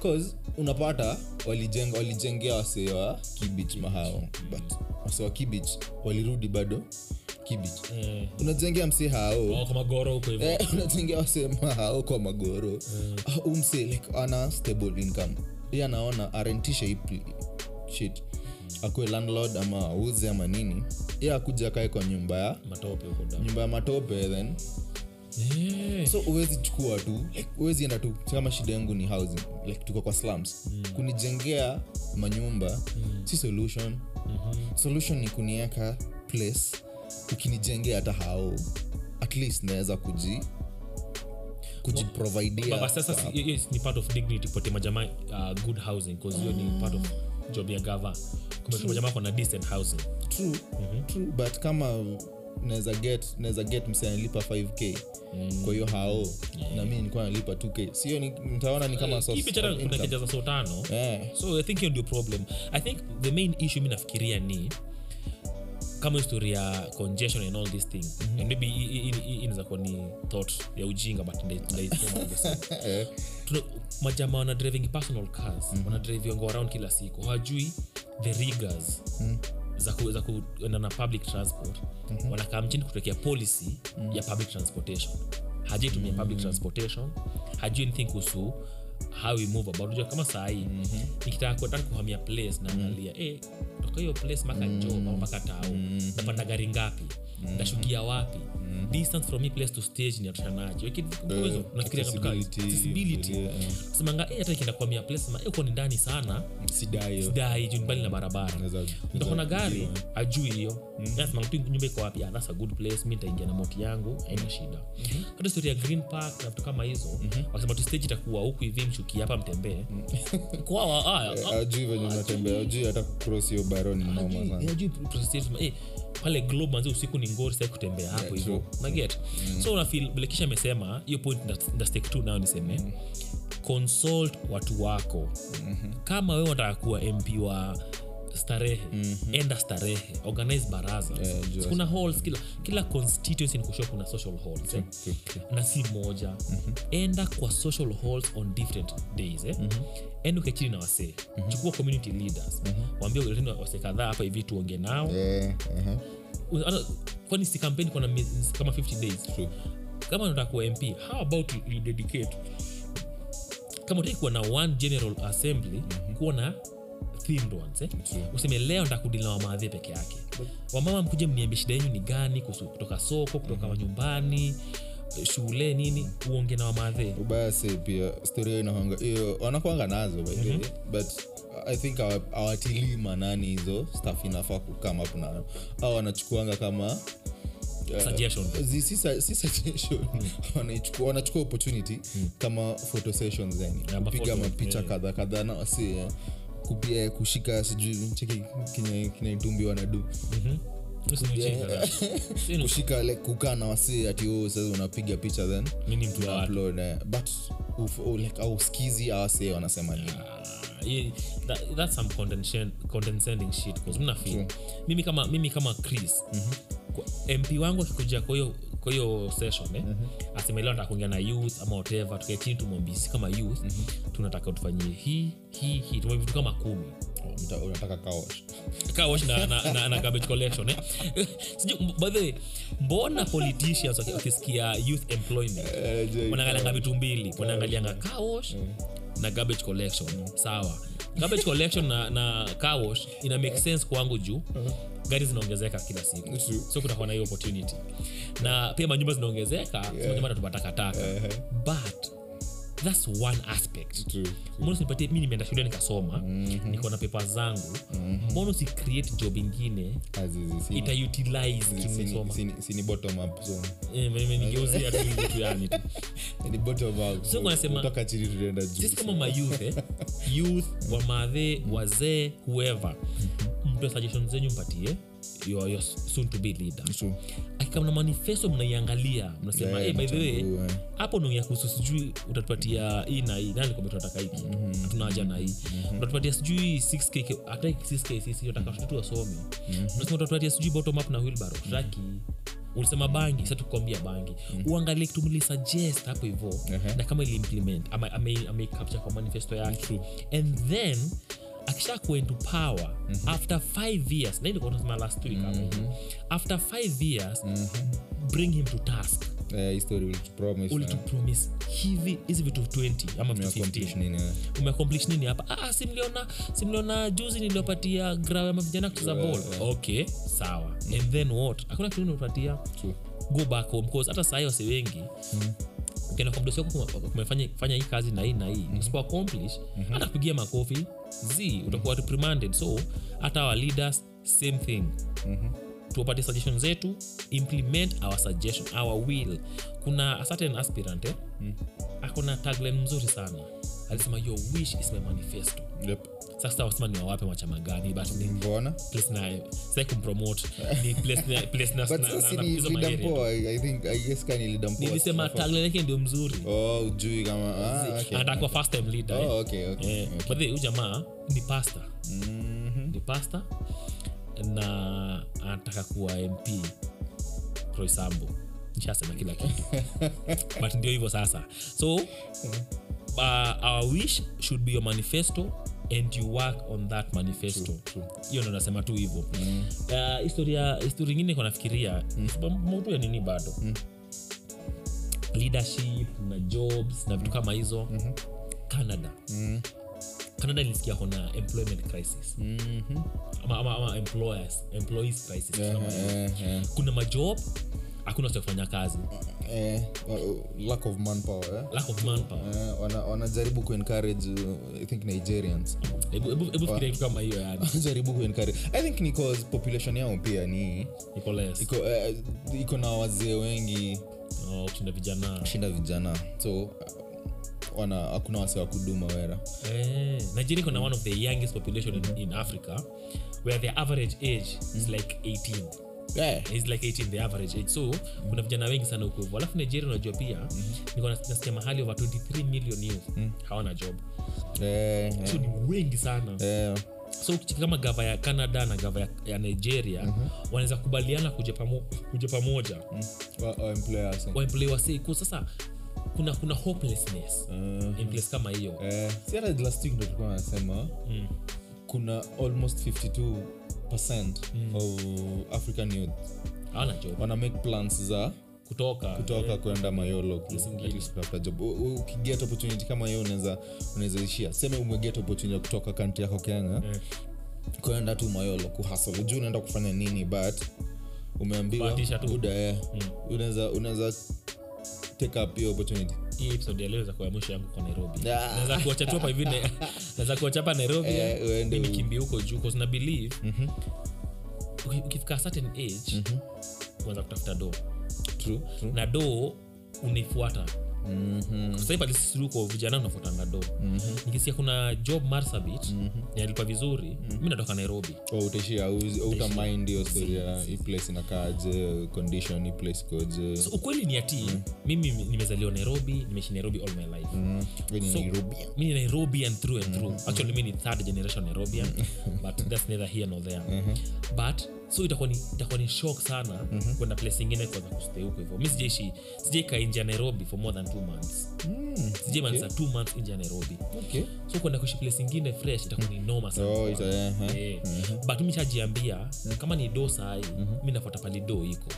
Speaker 2: cause unapata walijenga walijengea wasee wa kibich mahao but wasee wa kibich walirudi bado kibich
Speaker 1: eh,
Speaker 2: unajengea msee hao
Speaker 1: oh, kama goro huko hivyo.
Speaker 2: Eh, unatengea wasema hao kwa magoro umse like ana stable income ye anaona arentishe ipi shit akuwe landlord ama auze ama nini ye akuja akae kwa nyumba ya
Speaker 1: matope huko ndani.
Speaker 2: nyumba ya matope then
Speaker 1: Eh,
Speaker 2: so uwezi chukua tu like, uwezi enda tu kama shida yangu ni housing like tuko kwa slums
Speaker 1: Mm.
Speaker 2: kunijengea manyumba si solution
Speaker 1: Mm-hmm.
Speaker 2: solution ni kuniweka place ukinijengea hata hao at least naweza kuji kujiprovidia
Speaker 1: baba sasa si-
Speaker 2: kwa-
Speaker 1: hiyo- hiyo ni part of dignity kupatia majamaa uh, good housing 'cause hiyo ni part of job ya gava Kumbe majamaa wako na decent housing
Speaker 2: true, true but kama naweza get naweza get msee analipa 5k mm. kwa hiyo hao yeah. na mi nilikuwa nalipa 2k sio ni- nitaona ni kama source of
Speaker 1: kibichara kuna
Speaker 2: income.
Speaker 1: kejaza so tano
Speaker 2: Eh.
Speaker 1: so i think hiyo ndio problem i think the main issue mi nafikiria ni kama histori ya congestion and all this thing mm-hmm. and maybe i- i- i- i- inaweza kuwa ni thought ya ujinga but nda- ndaisema vile sana.
Speaker 2: Eh.
Speaker 1: Tuna- majamaa wana driving personal cars mm-hmm. wanadrivingo around kila siku hawajui the rigors mm za ku- za kuenda na public transport
Speaker 2: Mhm.
Speaker 1: mm-hmm. wanakaa mchini kutokea policy
Speaker 2: Mm.
Speaker 1: mm-hmm. ya public transportation hajaitumia mm-hmm. public transportation hajui anything kuhusu how we move about Unajua kama saa hii
Speaker 2: Mhm.
Speaker 1: mm-hmm. nikitaka kuataka kuhamia place
Speaker 2: Mm.
Speaker 1: naangalia mm-hmm. eh toka hiyo place mpaka mm-hmm. Njomba au mpaka Tao
Speaker 2: Mm.
Speaker 1: mm-hmm. napanda gari ngapi mm-hmm. nashukia wapi mm-hmm. distance from me place to stage ni atutanaje uwezo nafikiria kama kazi.
Speaker 2: Eh, accessibility,
Speaker 1: accessibility
Speaker 2: vile, eh. Mm.
Speaker 1: semanga eh hata ikienda kuhamia place sema eh uko ni ndani sana
Speaker 2: sidai hiyo.
Speaker 1: dai juu ni mbali na barabara
Speaker 2: Naweza-
Speaker 1: utakona
Speaker 2: naweza-
Speaker 1: gari ajui hiyo nasema tu nyumba iko wapi Ah, that's a good place mi nitaingia na moti yangu haina shida hata story ya green park na vitu kama hizo wakisema tu stage itakuwa huku hivi mshukie hapa mtembee ah, kwao haya
Speaker 2: ajui eh. venye unatembea ajui hata kucross hiyo baroni noma sana
Speaker 1: ajui eh, pale globe manzi usiku ni ngori sai kutembea hapo hivyo
Speaker 2: true. Mm.
Speaker 1: naget so unafil bilekisha amesema hiyo point ndastek t nayo niseme
Speaker 2: Mm.
Speaker 1: consult watu wako
Speaker 2: Mm-hmm.
Speaker 1: kama wewe unataka kuwa mp wa starehe enda starehe organize baraza
Speaker 2: Eh, Mm-hmm. jua.
Speaker 1: kuna halls kila kila constituency nikushua kuna social halls eh?
Speaker 2: True, true. Mm-hmm.
Speaker 1: na si moja enda kwa social halls on different days eh?
Speaker 2: Mm-hmm.
Speaker 1: enda ukae chini na wasee chukua community leaders
Speaker 2: Mm-hmm.
Speaker 1: waambie leteni wasee kadhaa hapa hivi tuonge nao
Speaker 2: Eh, aha,
Speaker 1: U- hata- kwani si kampeni kuna miezi kama 50 days
Speaker 2: true.
Speaker 1: kama unataka kuwa mp how about you, you dedicate kama utaki kuwa na one general assembly kuwa na themed ones eh?
Speaker 2: Mhm. True.
Speaker 1: useme leo ndakudilina wamadhe peke yake wamama mkuja mniambie shida yenyu ni gani kuhusu kutoka soko kutoka
Speaker 2: Mhm.
Speaker 1: manyumbani shule nini uonge na wamadhe
Speaker 2: ubaya se pia stori hiyo inahanga hiyo wanakwanga nazo by the way
Speaker 1: Mhm.
Speaker 2: but i think hawa- hawatilii manani hizo staff inafaa kukam up nayo au wanachukuanga kama
Speaker 1: suggestion
Speaker 2: zi- si sa- si suggestion
Speaker 1: Mm.
Speaker 2: wanaichukua wanachukua opportunity kama photo sessions yani
Speaker 1: Yeah, ma
Speaker 2: kupiga
Speaker 1: Mm. photo,
Speaker 2: mapicha
Speaker 1: yeah.
Speaker 2: kadha kadha na wasi kupia eh, kushika sijui cheki kinye- kinaitumbi wanadu kushika like kukaa na wasi ati oh, sasa unapiga picha then
Speaker 1: mi ni mtu wa watu.
Speaker 2: upload eh, but uf- oh, like auskizi awase wanasema nini
Speaker 1: Ah, yeah, that- that's some condescend- condescending shit 'cause mi nafeel- mimi kama mimi kama chris kwa- mp wangu akikuja kwa hiyo kwa hiyo session eh, aseme leo nataka kuongea na youth ama whatever tukae chini tumwambie sisi kama youth tunataka tufanyie hii hii hii tumwambie vitu kama kumi
Speaker 2: Mta- Oh, unataka kaosh
Speaker 1: Kaa wash na, na, na, na garbage collection eh? Sijui, m- by the way mbona politicians waki- wakisikia youth employment wanaangalianga vitu mbili wanaangalianga car wash na garbage collection sawa garbage collection na, na car wash ina make sense kwangu juu gari zinaongezeka kila siku
Speaker 2: True.
Speaker 1: so kutakuwa na hiyo opportunity na pia manyumba zinaongezeka so manyumba natupa takataka but that's one aspect
Speaker 2: True.
Speaker 1: mbona usinipatie mi nimeenda shule nikasoma niko na pepa zangu mbona usi create job ingine
Speaker 2: Azizi, sini-
Speaker 1: itautilize
Speaker 2: sini-
Speaker 1: kimesoma
Speaker 2: sini- sini bottom up so
Speaker 1: Eh, nigeuzia tu vitu yani tu
Speaker 2: ni bottom up
Speaker 1: So wanasema-
Speaker 2: kutoka chini tunaenda juu
Speaker 1: sisi kama mayouth eh, youth wamadhe wazee whoever mpe suggestion zenyu mpatie your, your soon to be leader
Speaker 2: True.
Speaker 1: akikamna manifesto mnaiangalia mnasema
Speaker 2: Yeah,
Speaker 1: yeah, by the way
Speaker 2: mchambue."
Speaker 1: hapo naongea kuhusu sijui utatupatia hii na hii nani kwambia tunataka hii kitu hatuna haja na hii utatupatia sijui 6k ke- hata 6k sisi tunataka watoto tu wasome unasema utatupatia sijui bottom up na wheelbarrow tutaki ulisema bangi sasa tukwambia bangi uangalie kitu mlisuggest hapo hivyo na kama iliimplement ama ame- ameicapture kwa manifesto yake and then akisha kuwa into power after 5 years na ilikuwa tunasema last week hapa hivi. after 5 years bring him to task
Speaker 2: Eh, hii story eh, ulitupromise na-
Speaker 1: ulitupromis hivi hizi vitu 20 ama vitu
Speaker 2: accomplish
Speaker 1: 15
Speaker 2: nini, eh?
Speaker 1: umeaccomplish nini hapa ah, simliona simliona juzi niliopatia grawe ama vijana kucheza ball okay sawa and then what hakuna kitu nipatia
Speaker 2: True.
Speaker 1: go back home cause hata sahii wase wengi
Speaker 2: Mm.
Speaker 1: ukienda kwa mdosi wako kume- kumefanya fanya hii kazi na hii na hii
Speaker 2: Mm.
Speaker 1: usipo accomplish
Speaker 2: Mm-hmm.
Speaker 1: hata kupigia makofi z utakuwa reprimanded so hata our leaders same thing
Speaker 2: Mm-hmm.
Speaker 1: tuwapatie suggestion zetu implement our suggestion
Speaker 2: Mm.
Speaker 1: our will kuna a certain aspirant eh? akona tagline mzuri sana alisema your wish is my manifesto
Speaker 2: Yep.
Speaker 1: sasa wasema ni wawape wachama gani but ni
Speaker 2: mbona
Speaker 1: place na sai kumpromote ni place na place na
Speaker 2: but
Speaker 1: na-
Speaker 2: sasa
Speaker 1: na- na-
Speaker 2: ni
Speaker 1: hizo
Speaker 2: leader
Speaker 1: maarea.
Speaker 2: mpoa, I- I think- I guess kama ni leader mpoa,
Speaker 1: nilisema
Speaker 2: sasa.
Speaker 1: tagline yake ndio mzuri
Speaker 2: Oh, hujui kama ah, okay.
Speaker 1: anatakuwa first time leader eh.
Speaker 2: Oh, okay, okay.
Speaker 1: Eh, but then huyu jamaa ni pasta
Speaker 2: Mhm.
Speaker 1: ni pasta na anataka kuwa mp croisambo nishasema kila kitu but ndio hivyo sasa so uh, our wish should be your manifesto and you work on that manifesto hiyo ndo nasema tu hivyo uh, historia historia ingine iko nafikiria mm. ya nini bado mm. leadership na jobs na vitu kama hizo mm-hmm. canada mm. canada ilisikia kona employment crisis Mm-hmm.
Speaker 2: Mhm.
Speaker 1: ama, ama, ama employers, employees crisis
Speaker 2: Eh,
Speaker 1: kama hiyo.
Speaker 2: eh, eh.
Speaker 1: kuna majob hakuna cha kufanya kazi
Speaker 2: Eh, wa- lack of manpower, eh?
Speaker 1: lack of manpower
Speaker 2: Eh, wana- wanajaribu kuencourage uh, i think nigerians
Speaker 1: hebu hebu- hebu fikiria kitu kama hiyo yani
Speaker 2: wanajaribu kuencourage i think ni cause population yao pia ni
Speaker 1: iko less
Speaker 2: iko, eh, iko na wazee wengi
Speaker 1: oh, kushinda vijana
Speaker 2: kushinda vijana so uh, wana hakuna wase wa kuduma wera
Speaker 1: Eh, nigeria iko na one of the youngest population in, in africa where their average age
Speaker 2: Mm.
Speaker 1: is like 18
Speaker 2: yeah.
Speaker 1: is like 18 the average age so
Speaker 2: Mm.
Speaker 1: kuna vijana wengi sana huko hivyo alafu nigeria unajua pia
Speaker 2: Mm-hmm.
Speaker 1: niko nas- nasikia mahali over 23 million youth
Speaker 2: Mm.
Speaker 1: hawana job
Speaker 2: eh, eh,
Speaker 1: so ni wengi sana
Speaker 2: eh,
Speaker 1: so kitu kama gava ya canada na gava ya, ya nigeria
Speaker 2: Mm-hmm.
Speaker 1: wanaweza kubaliana kuja pamo, kuja pamoja
Speaker 2: wa- wa employers, eh.
Speaker 1: waemployewa siku sasa kuna kuna hopelessness
Speaker 2: Eh.
Speaker 1: in place kama hiyo
Speaker 2: Eh, si hata last week ndo tulikuwa nasema kuna almost 52 of african youth
Speaker 1: hawana job
Speaker 2: wana make plans za
Speaker 1: kutoka
Speaker 2: kutoka kwenda mayolo ku- at least kutafuta job U- u- ukiget opportunity kama hiyo unaweza unaweza ishia seme umeget opportunity ya kutoka kanti yako kenya
Speaker 1: Eh.
Speaker 2: kwenda tu mayolo kuhasl juu unaenda kufanya nini but umeambiwa
Speaker 1: Kubahatisha tu. Mm.
Speaker 2: buda eh, unaweza unaweza take up hiyo opportunity
Speaker 1: hii episode ya leo za kuwa mwisho yangu kwa nairobi
Speaker 2: Ah.
Speaker 1: naweza kuwachachapa hivi na- naweza kuwachapa nairobi
Speaker 2: Eh, Mhm. uende
Speaker 1: mi nikimbie huko juu bcause na believe uki- ukifika a certain age
Speaker 2: Mhm.
Speaker 1: kuanza kutafuta do
Speaker 2: true, true.
Speaker 1: na do unaifuata
Speaker 2: Mhm.
Speaker 1: saipalisisiruko vijana unafuatanga do nikisikia kuna job marsabit
Speaker 2: Mhm.
Speaker 1: nalipa vizuri mi natoka nairobi
Speaker 2: Kwa utaishia utamind hiyo storia hii place inakaaje condition hii place koje
Speaker 1: so ukweli ni ati
Speaker 2: Mhm.
Speaker 1: mimi nimezaliwa nairobi nimeishi nairobi all my life
Speaker 2: venye
Speaker 1: So-
Speaker 2: nairobi
Speaker 1: mi ni nairobian through and through actually mi ni third generation nairobian but that's neither here nor there but so itakuwa ni, itakuwa ni shock sana kwenda place ingine kwanza kustay huko hivyo mi sijaishi sijaikaa nje ya nairobi for more than two months sijaimaliza two months nje ya nairobi
Speaker 2: okay.
Speaker 1: so kwenda kuishi place ingine fresh itakuwa ni noma sana
Speaker 2: oh, ita, eh, eh.
Speaker 1: Eh, but mi shajiambia kama ni do sahii mi nafuata pali do iko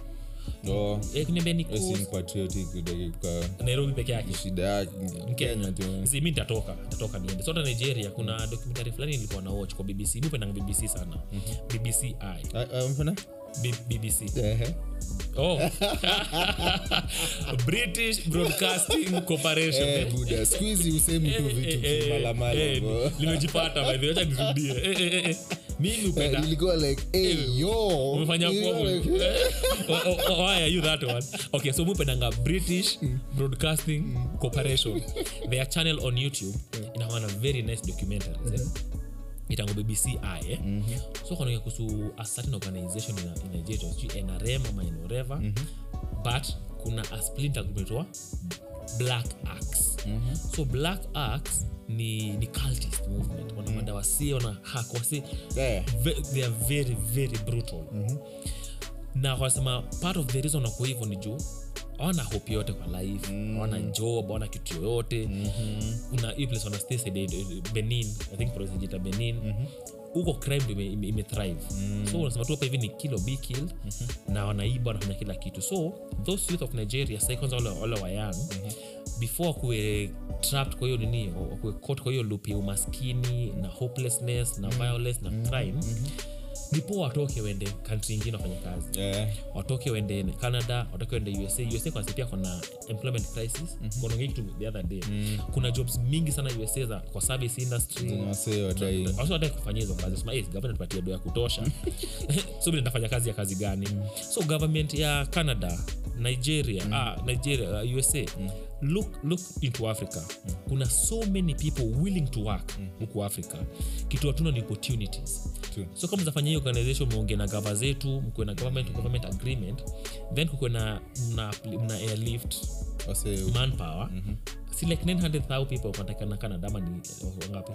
Speaker 2: Oh,
Speaker 1: Eh, kuniambia ni
Speaker 2: wewe si
Speaker 1: coast,
Speaker 2: mpatriotic udakika
Speaker 1: nairobi peke yake
Speaker 2: shida yake
Speaker 1: Kenya.
Speaker 2: Kenya tu.
Speaker 1: Zi, mi nitatoka nitatoka niende so hata nigeria kuna documentary fulani nilikuwa na watch kwa bbc mi pendanga bbc sana
Speaker 2: Mhm.
Speaker 1: bbc i
Speaker 2: Ah, ah, mfana?
Speaker 1: B- bbc
Speaker 2: Eh, eh.
Speaker 1: oh. british broadcasting corporation
Speaker 2: Eh, buda siku hizi usemi tu vitu kimalamala
Speaker 1: Eh,
Speaker 2: bro.
Speaker 1: nimejipata by the way, acha nirudie Eh, eh, eh, eh. mimi
Speaker 2: Eh,
Speaker 1: upenda
Speaker 2: ilikuwa like hey, yo
Speaker 1: eh, umefanya
Speaker 2: Ilikuwa
Speaker 1: kuwa
Speaker 2: like,
Speaker 1: mwe- Eh, wh- wh- why are you that one okay so mupendanga british broadcasting corporation their channel on youtube inawana very nice documentaries eh? itango bbc i eh? so kanaga kuhusu a certain organization ina- inaitwa sijui nrm ama noreva E but kuna a splinter group inaitwa black ax so black ax ni, ni cultist movement wanamanda wasi wana hak wasi
Speaker 2: eh,
Speaker 1: ve- they are very very brutal na wanasema part of the reason wako hivyo ni juu hawana hope yote kwa life hawana job hawana kitu yoyote kuna hii place wana stay said, eh, benin i think province inajiita benin huko crime ndio ime, ime, ime thrive so unasema tu hapa hivi ni kill or be killed na wanaiba wanafanya kila kitu so those youth of nigeria sai kwanza wale- wale wa young before wakuwe trapped kwa hiyo nini wakuwe caught kwa hiyo loop ya umaskini na hopelessness na violence na crime ni poa watoke wende kantri ingine wafanye kazi
Speaker 2: eh,
Speaker 1: watoke wende canada watoke wende usa usa kwanza pia kuna employment crisis mm-hmm. kitu the other day kuna jobs mingi sana usa za kwa service industry
Speaker 2: zenye wasee wadai
Speaker 1: Watu wanataka kufanya hizo kazi sema yes, government patia do ya kutosha so mimi nitafanya kazi ya kazi Mm. gani so government ya canada nigeria ah, nigeria uh, usa look, look into africa mm. kuna so many people willing to work huku mm. africa kitu hatuna ni opportunities
Speaker 2: True.
Speaker 1: so kama zafanya hiyo organization muongee na gava zetu mkuwe na government, government agreement then kukuwe na mna, mna airlift
Speaker 2: Wase-
Speaker 1: manpower si like 900000 people wanatakana canada ama ni eh, wangapi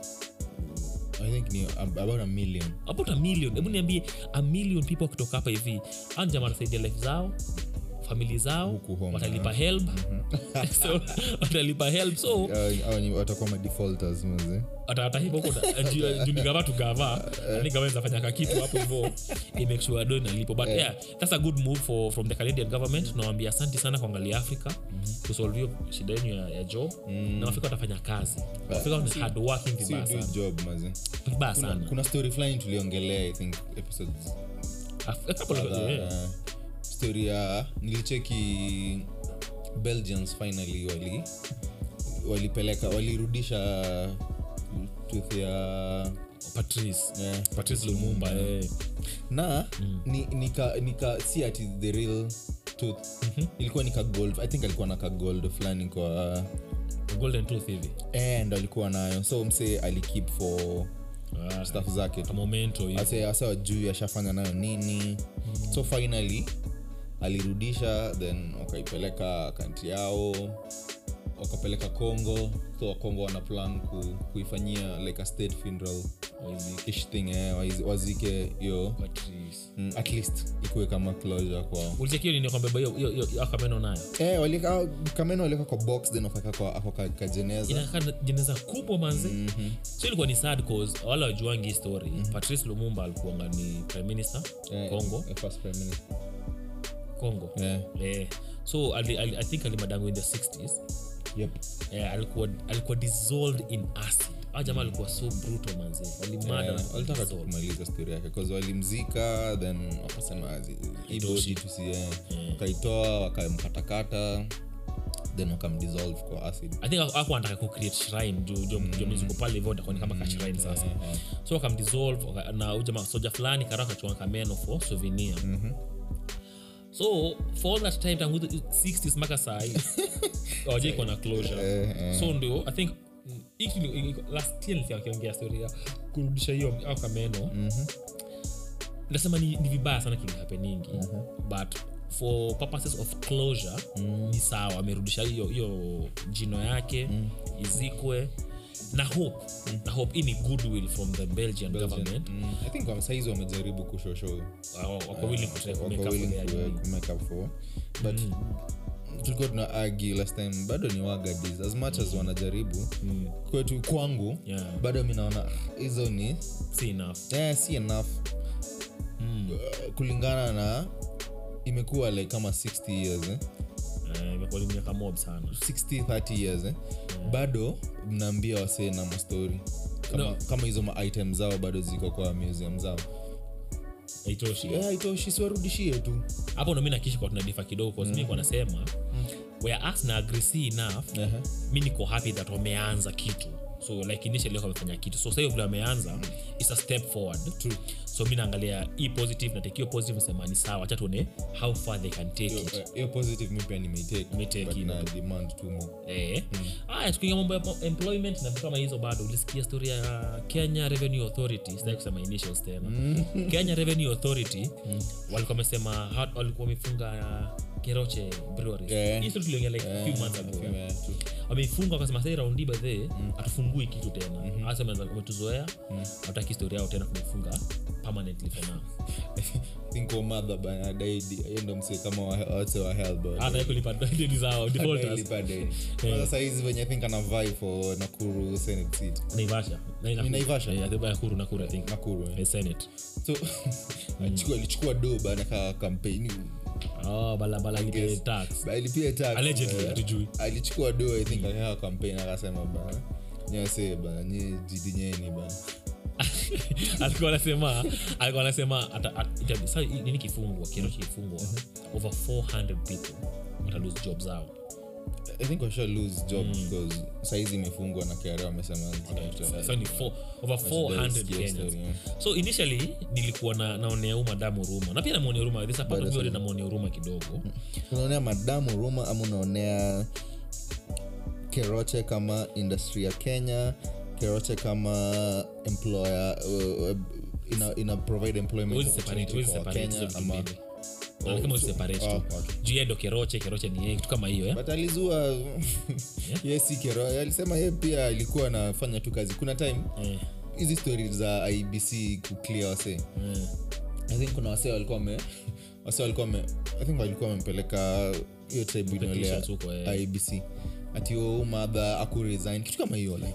Speaker 2: I think ni ab- about a million
Speaker 1: about a million hebu niambie a million people wakitoka hapa hivi anja wanasaidia life zao famili zao
Speaker 2: Huku home, Mm-hmm.
Speaker 1: watalipa help so watalipa help so
Speaker 2: Hawa- hawa ni- watakuwa madefaulters maze
Speaker 1: atatahiva huko na- juu- juu ni gava tu gava Yaani gava inafanya kakitu hapo hivo i make sure do inalipo but yeah that's a good move for, from the canadian government tunawambia asanti sana kuangalia africa
Speaker 2: Mm-hmm.
Speaker 1: kusolve hiyo shida yenu ya, ya job na wafrika watafanya kazi wafrika ni hard working
Speaker 2: Mm. si
Speaker 1: vibaya
Speaker 2: do
Speaker 1: sana
Speaker 2: job maze
Speaker 1: vibaya sana
Speaker 2: kuna story fulani tuliongelea i think episodes
Speaker 1: Af- a couple of- yeah.
Speaker 2: kadhaa uh, story ya nilicheki belgians finally wali walipeleka walirudisha tooth ya
Speaker 1: patrice
Speaker 2: eh,
Speaker 1: patrice lumumba eh.
Speaker 2: na ni, nika, nika si ati the real tooth ilikuwa ni ka gold i think alikuwa na ka gold fulani kwa
Speaker 1: golden tooth hivi
Speaker 2: eh, ndo alikuwa nayo so msee alikip for
Speaker 1: Ah,
Speaker 2: staff zake tu
Speaker 1: momento hivi
Speaker 2: ase ase wajui ashafanya nayo nini so finally alirudisha then wakaipeleka kanti yao wakapeleka congo so wakongo wana plan ku, kuifanyia like a state funeral ish thing eh, waizi- wazike hiyo
Speaker 1: patrice
Speaker 2: mm, at least ikuwe kama closure kwao
Speaker 1: ulichekio nini kwambeba hiyo akameno nayo
Speaker 2: eh, walika, kameno waliweka kwa box then wakaweka kwa, kwa, kwa, kwa jeneza
Speaker 1: inakaa jeneza kubwa manze mm-hmm. so ilikuwa ni sad cause wala wajuangi hii story mm-hmm. patrice lumumba alikuanga ni prime minister
Speaker 2: Eh,
Speaker 1: congo
Speaker 2: eh, first prime minister.
Speaker 1: congo
Speaker 2: Eh,
Speaker 1: Eh, so ali, ali, i think alimadangu in the 60s
Speaker 2: yep.
Speaker 1: eh, alikuwa, alikuwa dissolved in acid a jamaa alikuwa so brutal manze walimada
Speaker 2: Eh, walitaka tu
Speaker 1: Mm. yeah,
Speaker 2: kumaliza stori yake 'cause walimzika then wakasema "Zi- hii body tusie wakaitoa wakamkatakata then wakamdissolve kwa acid
Speaker 1: i think aku anataka kucreate shrine juu juu mm. mizuko pale hivyo itakuwa ni kama ka shrine sasa so wakamdissolve waka- na huyu jamaa soja fulani kara akachukua kameno for souvenir so for all that time tangu hizo 60s mpaka saa hii hawajai kuwa na closure
Speaker 2: Eh,
Speaker 1: so ndio i think mm, hii kitu ni- iko- last year nilikuwa nikiongea story ya kurudisha hiyo au kameno
Speaker 2: Mhm.
Speaker 1: nasema ni, ni vibaya sana kilihapeningi
Speaker 2: Mhm.
Speaker 1: but for purposes of closure
Speaker 2: Mm.
Speaker 1: ni sawa amerudisha hiyo hiyo jino yake izikwe na hope na hope hii ni goodwill from the belgian, government
Speaker 2: Mm, i think kwa saizi wamejaribu kushosho
Speaker 1: Wa- wako willing to take- make
Speaker 2: Eh,
Speaker 1: up
Speaker 2: wako
Speaker 1: for
Speaker 2: willing
Speaker 1: their
Speaker 2: to,
Speaker 1: nini.
Speaker 2: uh, make up for but tulikuwa tuna argue last time bado ni wagadis as much as wanajaribu kwetu kwangu
Speaker 1: Yeah.
Speaker 2: bado mi naona "Ah, hizo ni
Speaker 1: See enough
Speaker 2: yeah, Eh, si enough Uh, kulingana na imekuwa like kama 60 years eh?
Speaker 1: Eh, imekuwa ni miaka mob sana
Speaker 2: 60 30 years eh? bado mnaambia wasee na mastori kama,
Speaker 1: No.
Speaker 2: kama hizo maitem zao bado ziko kwa museum zao
Speaker 1: haitoshi
Speaker 2: yeah, itoshi siwarudishie tu
Speaker 1: hapo ndo mi nakishi kwa tunadifa kidogo kwa mi kwa nasema where us na agree enough
Speaker 2: Aha.
Speaker 1: mi niko happy that wameanza kitu so like initially wako wamefanya kitu so sasa hiyo vile wameanza is a step forward True. so mi naangalia hii positive natekio positive nasema ni sawa acha tuone how far they can take it
Speaker 2: Hiyo- hiyo eh, positive mi pia
Speaker 1: Nimeitake,
Speaker 2: nimeitake na demand tu mo
Speaker 1: Eh.
Speaker 2: Hmm.
Speaker 1: Aya, tukiingia mambo ya po- employment na vitu kama hizo bado ulisikia story ya kenya revenue authority sitaki kusema initials tena
Speaker 2: Hmm.
Speaker 1: kenya revenue authority walikuwa wamesema ha- walikuwa wamefunga uh, keroche brewery
Speaker 2: Yeah.
Speaker 1: Hii story tuliongea like
Speaker 2: Eh,
Speaker 1: few months ago
Speaker 2: Hmm.
Speaker 1: wameifunga wakasema sasa hii round hii by the way, hatufungui kitu tena
Speaker 2: Hmm.
Speaker 1: hasa wame- wametuzoea hatutaki historia yao tena kumefunga permanently for now
Speaker 2: Hmm. thinkomadha banadaidi ndo msee kama wa- wase wa helbo
Speaker 1: hata yeye kulipa deni zao defaulters
Speaker 2: sasa hizi venye think anavai for nakuru senate seat
Speaker 1: naivasha Na inakuru.
Speaker 2: Naivasha?
Speaker 1: Eh, I think Nakuru, Nakuru, I think.
Speaker 2: nakuru eh?
Speaker 1: Eh, senate
Speaker 2: so
Speaker 1: Mm.
Speaker 2: alichukua- alichukua do bana ka kampeni
Speaker 1: Oh, balabala ile
Speaker 2: Yes.
Speaker 1: tax.
Speaker 2: alipia tax,
Speaker 1: Allegedly,
Speaker 2: eh.
Speaker 1: hatujui. Mm.
Speaker 2: alichukua do i think alikaa kampeni akasema bana nyase bana nye jidinyeni bana
Speaker 1: alikuwa anasema alikuwa anasema ata- at- ita- sa- nini kifungwa kirochi kifungwa
Speaker 2: Uh-huh.
Speaker 1: over 400 people wata lose job zao
Speaker 2: i think washa lose job
Speaker 1: Mm.
Speaker 2: because saizi imefungwa na kiarea wamesema zitafuta-
Speaker 1: Sasa ni four- over 400
Speaker 2: Sijasikia
Speaker 1: Kenyans.
Speaker 2: story, eh.
Speaker 1: so initially nilikuwa na, naonea umadamu ruma na pia namwonea ruma this
Speaker 2: Hmm.
Speaker 1: apart of me already namwonea huruma kidogo
Speaker 2: unaonea madamu ruma ama unaonea keroche kama industry ya kenya keroche kama employer uh, uh, ina, ina provide employment
Speaker 1: Huwezi separate,
Speaker 2: opportunity
Speaker 1: huwezi
Speaker 2: kwa
Speaker 1: separate
Speaker 2: Wakenya
Speaker 1: hizo vitu
Speaker 2: ama-
Speaker 1: mbili. Naona kama huwezi separate tu.
Speaker 2: Oh, okay.
Speaker 1: juu yeye ndo keroche keroche ni yeye kitu kama hiyo eh?
Speaker 2: but alizua ye si kero alisema ye pia alikuwa anafanya tu kazi kuna time
Speaker 1: Eh,
Speaker 2: hizi stori za ibc kuclear wasee
Speaker 1: eh.
Speaker 2: i think kuna wasee walikuwa wame wasee walikuwa wame i think walikuwa wamepeleka hiyo tribunal
Speaker 1: Petitions huko,
Speaker 2: ya
Speaker 1: eh.
Speaker 2: ibc ati o madha akuresign kitu kama hiyo like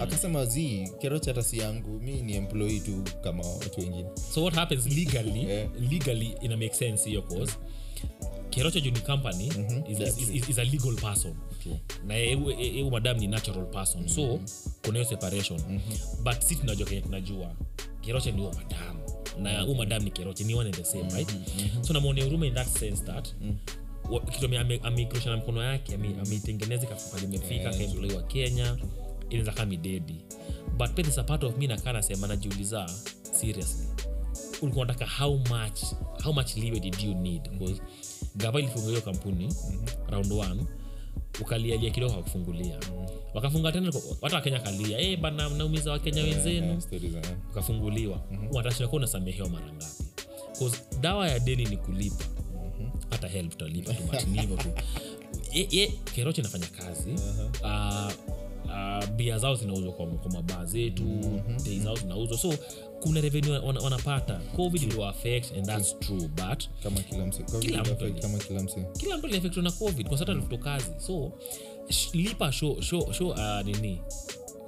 Speaker 2: akasema zi kerocha hata si yangu mi ni employee tu kama watu wengine
Speaker 1: so what happens legally
Speaker 2: Yeah.
Speaker 1: legally ina make sense hiyo cause kerocha juni company is, is, is, is, is a legal person
Speaker 2: True.
Speaker 1: na e, eu madam ni natural person so kuna hiyo separation but si tunajua kenye tunajua kerocha ni huo madam na huu madam ni kerocha ni one and the same right so namwonea huruma in that sense that wa- kitu ame- ame- ameikrosha na mkono yake ame- ameitengeneza ikafika limefika kaemployi wa kenya inaweza kama midedi but pia there's a part of me nakaa nasema najiuliza seriously ulikuwa unataka how much how much leeway did you need because gava ilifunga hiyo kampuni round one ukalialia kidogo hawakufungulia wakafunga tena hata wakenya kalia hey, "Eh, bana mnaumiza wakenya wenzenu
Speaker 2: Eh, stories, eh.
Speaker 1: ukafunguliwa mm-hmm. unatashira kuwa unasamehewa mara ngapi 'Cause dawa ya deni ni kulipa hata help utalipa tu but ni hivyo tu Ye- ye- keroche inafanya kazi uh-huh. uh, bia zao zinauzwa kwa, kwa mabaa zetu mm-hmm. tei zao zinauzwa so kuna revenue wana, wanapata covid iliwa affect and that's true but
Speaker 2: kama kila mse
Speaker 1: Kila mtu
Speaker 2: kama-
Speaker 1: ni-
Speaker 2: kama kila mse
Speaker 1: kila mtu aliafektwa na covid kwa sata alifuto kazi so sh- lipa show, show, show uh, nini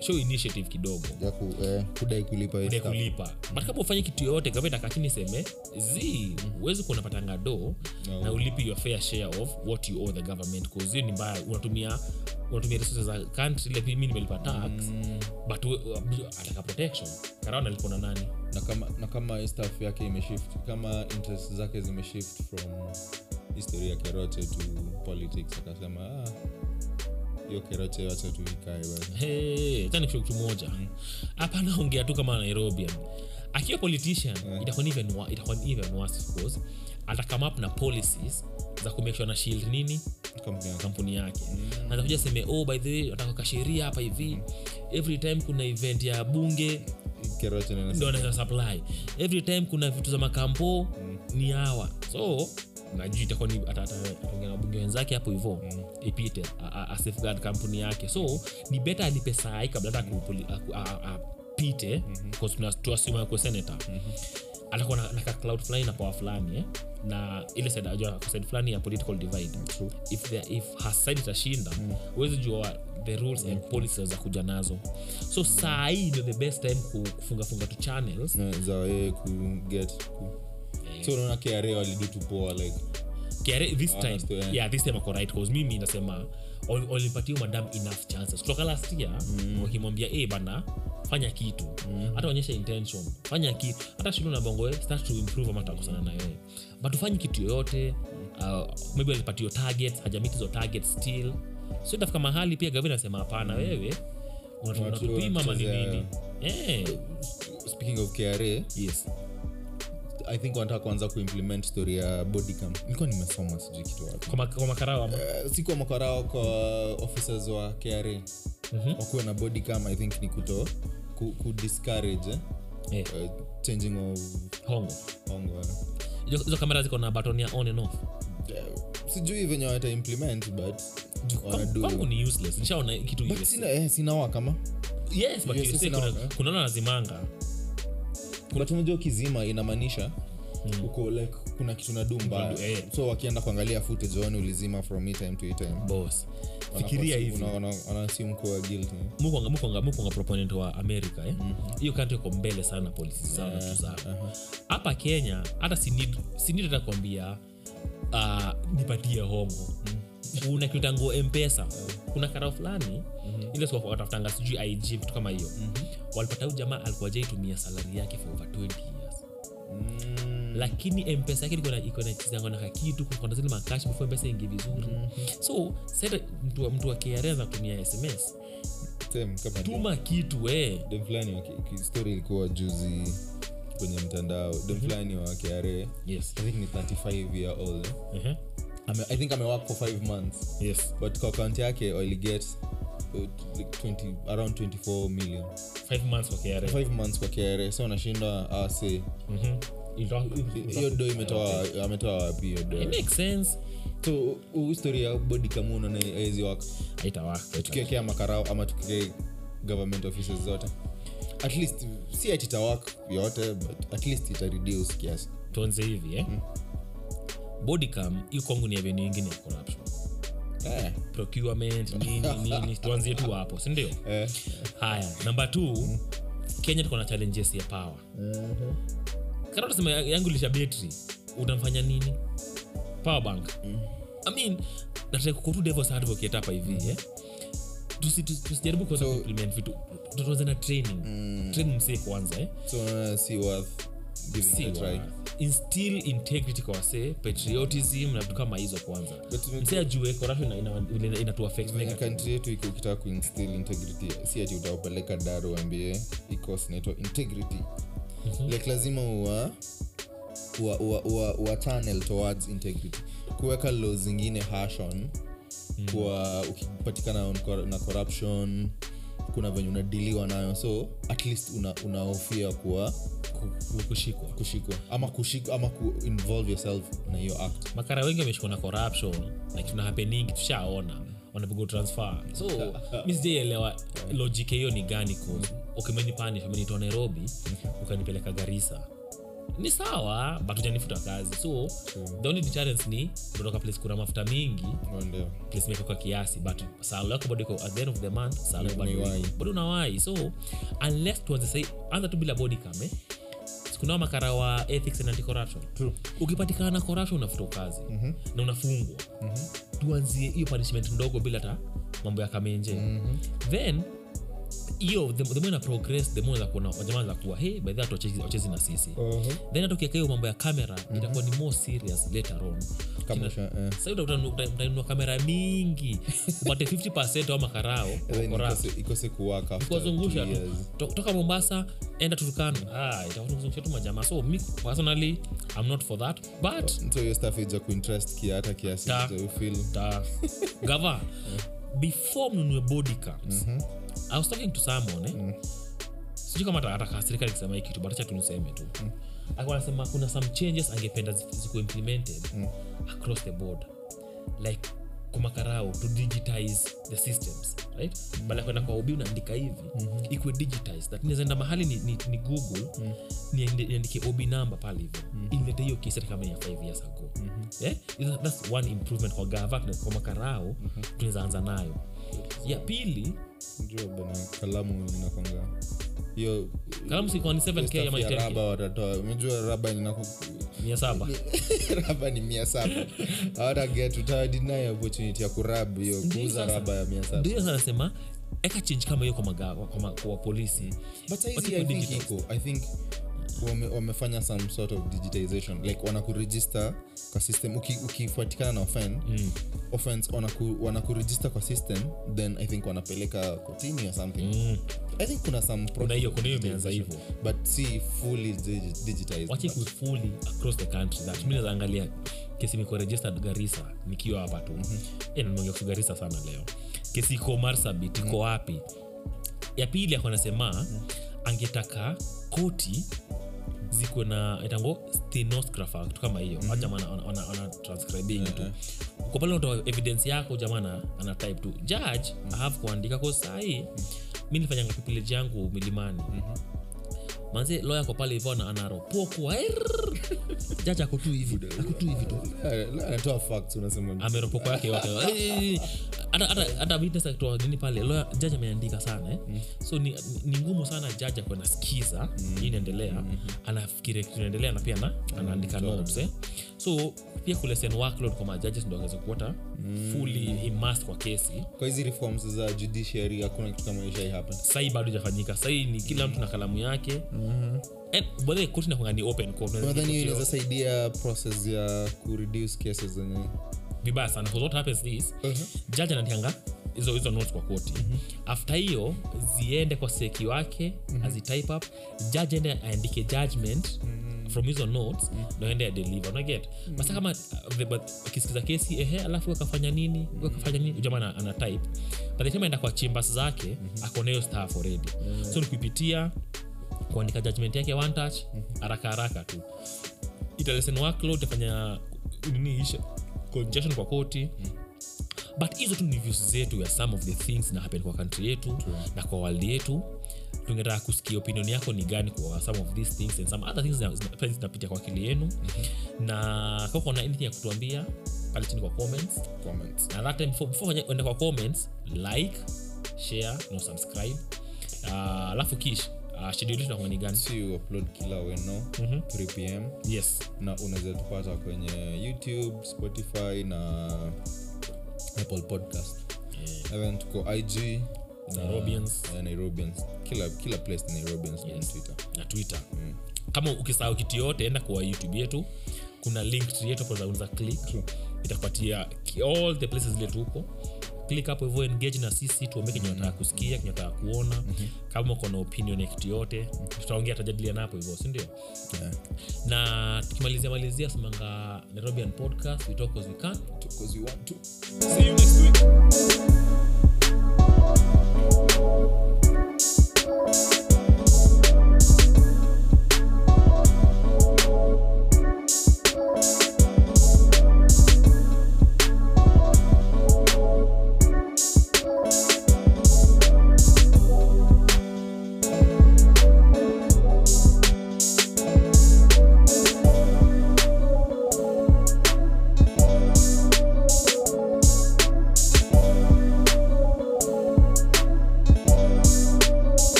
Speaker 1: show initiative kidogo
Speaker 2: ya ku, eh, kudai kulipa hii
Speaker 1: Uende
Speaker 2: stuff.
Speaker 1: kulipa but kama ufanye kitu yoyote gavetakaachini seme z huwezi kuwa unapatanga do na ulipi your fair share of what you owe the government cause hiyo ni mbaya unatumia unatumia resources za country like mimi nimelipa tax but we- uh, ataka protection karaona alipona nani
Speaker 2: na kama na kama hii staff yake imeshift kama interest zake zimeshift from history ya keroche to politics akasema "Ah, hiyo keroche wacha tu ikae bwana."
Speaker 1: Hey, acha nikushe kitu moja hapa naongea tu kama nairobian akiwa politician itakuwa ni even wa- itakuwa ni even worse of course ata come up na policies za kumake sure na shield nini
Speaker 2: Kampuni yake.
Speaker 1: kampuni yake mm. atakuja seme oh by the way nataka kasheria hapa hivi every time kuna event ya bunge
Speaker 2: keroche na
Speaker 1: ndo
Speaker 2: nasema
Speaker 1: anaweza supply every time kuna vitu za makampo ni hawa so najuu itakuwa ni ata- ata- ataongea na bunge wenzake hapo hivo ipite a- a- a safeguard kampuni yake so ni beta alipe saai kabla hata kupoli- aku- a- a- apite tuasimakwe senata atakuwa na- na ka cloud fulani na power fulani eh? na ile side ajua side fulani ya political divide
Speaker 2: True.
Speaker 1: if, the, if her side itashinda huwezi jua the rules and policies za kuja nazo so saa hii ndio the best time ku- kufungafunga tu channels
Speaker 2: na za yeye ku get ku- so unaona kra walidu tu poa like
Speaker 1: Kiare, this time
Speaker 2: Honest, yeah.
Speaker 1: yeah, this time ako right cause mimi nasema wal- walimpatia huyo madam enough chances kutoka last year
Speaker 2: Mm.
Speaker 1: wakimwambia e bana fanya kitu hata onyesha intention fanya kitu hata shule na bongo eh, start to improve ama takusana na wewe but ufanyi kitu yoyote uh, maybe alipatiwa targets hajamiti hizo targets still so itafika mahali pia gavi nasema hapana
Speaker 2: Mm.
Speaker 1: wewe unatu-
Speaker 2: Watu
Speaker 1: unatupima ama ni
Speaker 2: wanachezea-
Speaker 1: nini Eh,
Speaker 2: speaking of kra
Speaker 1: yes
Speaker 2: i think wanataka kuanza kuimplement story ya bodycam nilikuwa nimesoma sijui kitu wapi
Speaker 1: kwa ma- kwa makarao ama
Speaker 2: Eh, si kwa makarao kwa officers wa kra
Speaker 1: Mhm.
Speaker 2: wakuwe na body cam i think ni kuto ku, ku discourage eh?
Speaker 1: eh,
Speaker 2: uh, changing of
Speaker 1: hongo
Speaker 2: ongo
Speaker 1: hizo hizo kamera ziko na button ya on and off
Speaker 2: Eh, sijui venye wata implement but wanadu-
Speaker 1: kwangu ni useless nishaona kitu
Speaker 2: But
Speaker 1: USA.
Speaker 2: sina, eh, sina wa kama
Speaker 1: yes but
Speaker 2: USA
Speaker 1: USA
Speaker 2: sina
Speaker 1: kuna-
Speaker 2: waka.
Speaker 1: kuna wana nazimanga
Speaker 2: but unajua ukizima inamaanisha uko like kuna kitu nadu mbaya
Speaker 1: Mm. Eh.
Speaker 2: so wakienda kuangalia footage waone ulizima from hii time to hii time
Speaker 1: boss
Speaker 2: Wana-
Speaker 1: fikiria
Speaker 2: wana-
Speaker 1: hivi
Speaker 2: wana- wanassume kuwa guilty
Speaker 1: Mukonga- mukonga mukonga proponent wa america eh? hiyo country iko mbele sana polisi zao na vitu zao hapa kenya hata sinid sinid hata kuambia uh, nipatie hongo una kitu tangu mpesa kuna karao fulani ile siku watafutanga sijui ig kitu kama hiyo walipata huyu jamaa alikuwa jaitumia salari yake for over 20 years
Speaker 2: Mm,
Speaker 1: lakini mpesa yake ilikuwa na- iko na kizango na kakitu kuna zile makashi before mpesa ingi vizuri so sasa mtu wa- mtu wa KRA anatumia sms
Speaker 2: Same kama
Speaker 1: tuma kitu eh. we
Speaker 2: dem fulani wa ki- ki- story ilikuwa juzi kwenye mtandao dem fulani wa kra
Speaker 1: yes
Speaker 2: i think ni 35 year old
Speaker 1: uh-huh.
Speaker 2: ame, i think amework for 5 months
Speaker 1: yes
Speaker 2: but kwa account yake waliget uh, like 20, around 24 million
Speaker 1: five months kwa KRA.
Speaker 2: 5 months kwa kra sa unashinda ase
Speaker 1: Mhm. Ita-
Speaker 2: ah, hiyo do imetoa ametoa wapi hiyo do
Speaker 1: It makes sense.
Speaker 2: so histori ya bodi kama unaona haiwezi waka
Speaker 1: Haitawaka, haitawaka.
Speaker 2: tukiwekea makarao ama tukiwekea government offices zote at least si ati itawak yote but at least itareduce kiasi
Speaker 1: tuanze hivi eh? bodycam hii kwangu ni avenue ingine ya corruption
Speaker 2: eh,
Speaker 1: procurement nini nini tuanzie tu hapo sindio
Speaker 2: eh,
Speaker 1: haya namba t kenya tuko na challenges ya power kama utasema ya- yangu lisha betri utamfanya nini power bank i mean nataka kukutu devils advocate hapa hivi eh Tusi- tusi- tusijaribu kuanza
Speaker 2: So- Mm.
Speaker 1: kuimplement vitu tuanze na training training msee kwanza eh
Speaker 2: so unaona si worth giving
Speaker 1: Si
Speaker 2: it a try
Speaker 1: wa- instill integrity kwa wasee patriotism na vitu kama hizo kwanza
Speaker 2: But tume-
Speaker 1: msee ajue corruption ina- ina- inatuaffect
Speaker 2: Kwenye
Speaker 1: negative.
Speaker 2: country yetu iko ukitaka kuinstill integrity si ati utaupeleka dar uambie ikos inaitwa integrity
Speaker 1: Mhm.
Speaker 2: like lazima uwa uwa, uwa, uwa, uwa tunnel towards integrity kuweka law zingine harsh on
Speaker 1: Mhm.
Speaker 2: kuwa ukipatikana on cor- na corruption kuna venye unadiliwa nayo so at least una, unahofia kuwa
Speaker 1: ku- ku- kushikwa
Speaker 2: kushikwa ama kushikwa ama ku involve yourself na hiyo act
Speaker 1: makara wengi wameshikwa na corruption na kitu na happening tushaona wanapigwa transfer so mi sijaielewa logic ya hiyo ni gani cause ukimenipanish umenitoa nairobi ukanipeleka garisa ni sawa but ujanifuta kazi so the only deterrence ni kutoka place kuna mafuta mingi
Speaker 2: Unaelewa?
Speaker 1: place imewekwa kwa kiasi but salo yako bado iko at the end of the month salo
Speaker 2: Bado
Speaker 1: bado iko.
Speaker 2: unaiwai.
Speaker 1: bado unawai so unless tuanze sai anza tu bila body cam eh kunao makara wa ethics and anti-corruption
Speaker 2: True. Mm-hmm.
Speaker 1: ukipatikana na corruption unafutwa kazi na unafungwa tuanzie hiyo punishment ndogo bila hata mambo ya kamenje
Speaker 2: Mm-hmm.
Speaker 1: then hiyo the, the more ina progress the more kuna jamaa za kuwa hey by the way wachezi wachezi na sisi
Speaker 2: Uh-huh.
Speaker 1: then hata ukiweka hiyo mambo ya kamera itakuwa ni more serious later on
Speaker 2: Mm-hmm. Kama
Speaker 1: Kina-
Speaker 2: usha- eh.
Speaker 1: Sasa uta- uta- uta- utainua kamera mingi upate 50 au makarao
Speaker 2: Then
Speaker 1: corrupt.
Speaker 2: ikose- ikose kuwork after
Speaker 1: Kuwazungusha
Speaker 2: two
Speaker 1: tu.
Speaker 2: years.
Speaker 1: To- toka mombasa enda turukana ah, itakuwa kuzungusha tu majamaa so mi personally i'm not for that but
Speaker 2: so hiyo stuff ija kuinterest kia hata kiasi
Speaker 1: Ta.
Speaker 2: cha ufeel
Speaker 1: ta gava before mnunue body cams i was talking to someone eh? sijui kama hata- hata serikali ikisema hii kitu but acha tuniseme tu
Speaker 2: Mm.
Speaker 1: alikuwa anasema kuna some changes angependa zi- zikuwe implemented
Speaker 2: Mm.
Speaker 1: across the board like kumakarao to digitize the systems right
Speaker 2: Mm.
Speaker 1: bala kwenda kwa ubi unaandika hivi
Speaker 2: Mhm.
Speaker 1: ikuwe digitize that inazaenda mahali ni, ni, ni google
Speaker 2: Mm.
Speaker 1: niende- niandike obi namba pale hivo
Speaker 2: Mhm.
Speaker 1: ilete hiyo kesi hata kama ni ya 5 years ago eh? Ila thats one improvement kwa gava tuna- kwa makarao
Speaker 2: Mhm.
Speaker 1: tunaweza anza nayo ya pili
Speaker 2: Unajua bana kalamu inakwanga hiyo
Speaker 1: kalamu sikuwa ni 7k ama
Speaker 2: stuff
Speaker 1: ni
Speaker 2: ya
Speaker 1: 10k
Speaker 2: raba watatoa umejua raba inaku
Speaker 1: mia saba
Speaker 2: raba ni mia saba awataget utawadinayo opportunity ya kurab hiyo
Speaker 1: Ndio
Speaker 2: kuuza
Speaker 1: sasa.
Speaker 2: raba ya mia saba
Speaker 1: ndio anasema eka change kama hiyo kwa magawa kwa, ma, kwa polisi
Speaker 2: but
Speaker 1: But
Speaker 2: saizi
Speaker 1: iko
Speaker 2: i think
Speaker 1: digitized.
Speaker 2: iko i think wame, wamefanya some sort of digitization like wanakuregister kwa system Uki- ukifuatikana na offen mm. offense wanaku- wanakuregister kwa system then i think wanapeleka kotini or something mm. i think kuna some
Speaker 1: kuna
Speaker 2: process
Speaker 1: hiyo
Speaker 2: of
Speaker 1: kuna hiyo imeanza
Speaker 2: digitization,
Speaker 1: hivyo
Speaker 2: but si fully digi- digitized
Speaker 1: wache
Speaker 2: but-
Speaker 1: kuifuli across the country that mi naweza angalia kesi niko registered garisa nikiwa hapa tu Eh, nimeongea kuhusu garisa sana leo kesi iko marsabit iko wapi ya pili ako anasema angetaka koti ziko na itango stenographer kitu kama hiyo mm jamaa ana- ana- ana transcribing tu uko pale unatoa evidence yako jamaa ana, ana type tu judge i have kuandika kwa sahi mi nilifanyanga privilege yangu milimani manze lawyer ako pale hivyo ana- anaropokwa errr. judge ako tu hivi ako tu hivi tu
Speaker 2: Eh, la- anatoa facts unasema
Speaker 1: ameropokwa yake yote Eh, hata- hata- hata witness akitoa nini pale lawyer- judge ameandika sana eh? so ni, ni ngumu sana judge akuwe nasikiza hii inaendelea anafikiria kitu inaendelea na pia na anaandika notes eh? so pia kulesen workload kwa majudges ndio waweze kuota fully immersed kwa kesi
Speaker 2: kwa hizi reforms za judiciary hakuna kitu kama ishai hapa
Speaker 1: sahii bado ijafanyika sahii ni kila mtu na kalamu yake bwaa koti nakwanga ni open court, unaweza
Speaker 2: nadhani hiyo
Speaker 1: kuchio-
Speaker 2: inaweza saidia process ya kureduce cases zenye
Speaker 1: vibaya sana 'Cause what happens is judge anaandikanga hizo hizo notes kwa koti after hiyo ziende kwa seki wake azitype up judge ende aandike judgment from hizo notes ndo aende adeliver unaget basa kama uh, the- but akisikiza kesi ehe alafu akafanya nini huyu akafanya nini jamaa ana, ana type but the time aenda kwa chambers zake akona hiyo staff already so ni kuipitia kuandika judgment yake one touch haraka haraka tu italesen workload itafanya nini isha congestion kwa koti but hizo tu ni views zetu ya some of the things na happen kwa country yetu na kwa world yetu tungetaka kusikia opinion yako ni gani kwa some of these things and some other things zina- zina- pia zinapitia kwa akili yenu mm-hmm. na kama kuna anything ya kutuambia pale chini kwa comments
Speaker 2: comments
Speaker 1: na that time before before wenye- uende kwa comments like share na subscribe Ah, alafu uh, kish uh, schedule yetu inakuwa ni gani
Speaker 2: si upload kila weno 3 pm
Speaker 1: yes
Speaker 2: na unaweza tupata kwenye youtube spotify na apple podcast
Speaker 1: Eh,
Speaker 2: even tuko ig na-
Speaker 1: Nairobians.
Speaker 2: eh, nairobians kila, kila place ni nairobians yes. twitter
Speaker 1: na twitter kama ukisahau kitu yote enda kwa youtube yetu kuna link yetu hapo za- unaweza click itakupatia ki- all the places zile tuko click hapo hivyo engage na sisi tuambie kenye unataka kusikia kenye unataka kuona kama uko na opinion ya kitu yote tutaongea tutajadiliana hapo hivyo sindio
Speaker 2: yeah.
Speaker 1: na tukimalizia malizia semanga nairobian podcast we talk as we can
Speaker 2: because we want to
Speaker 1: see you next week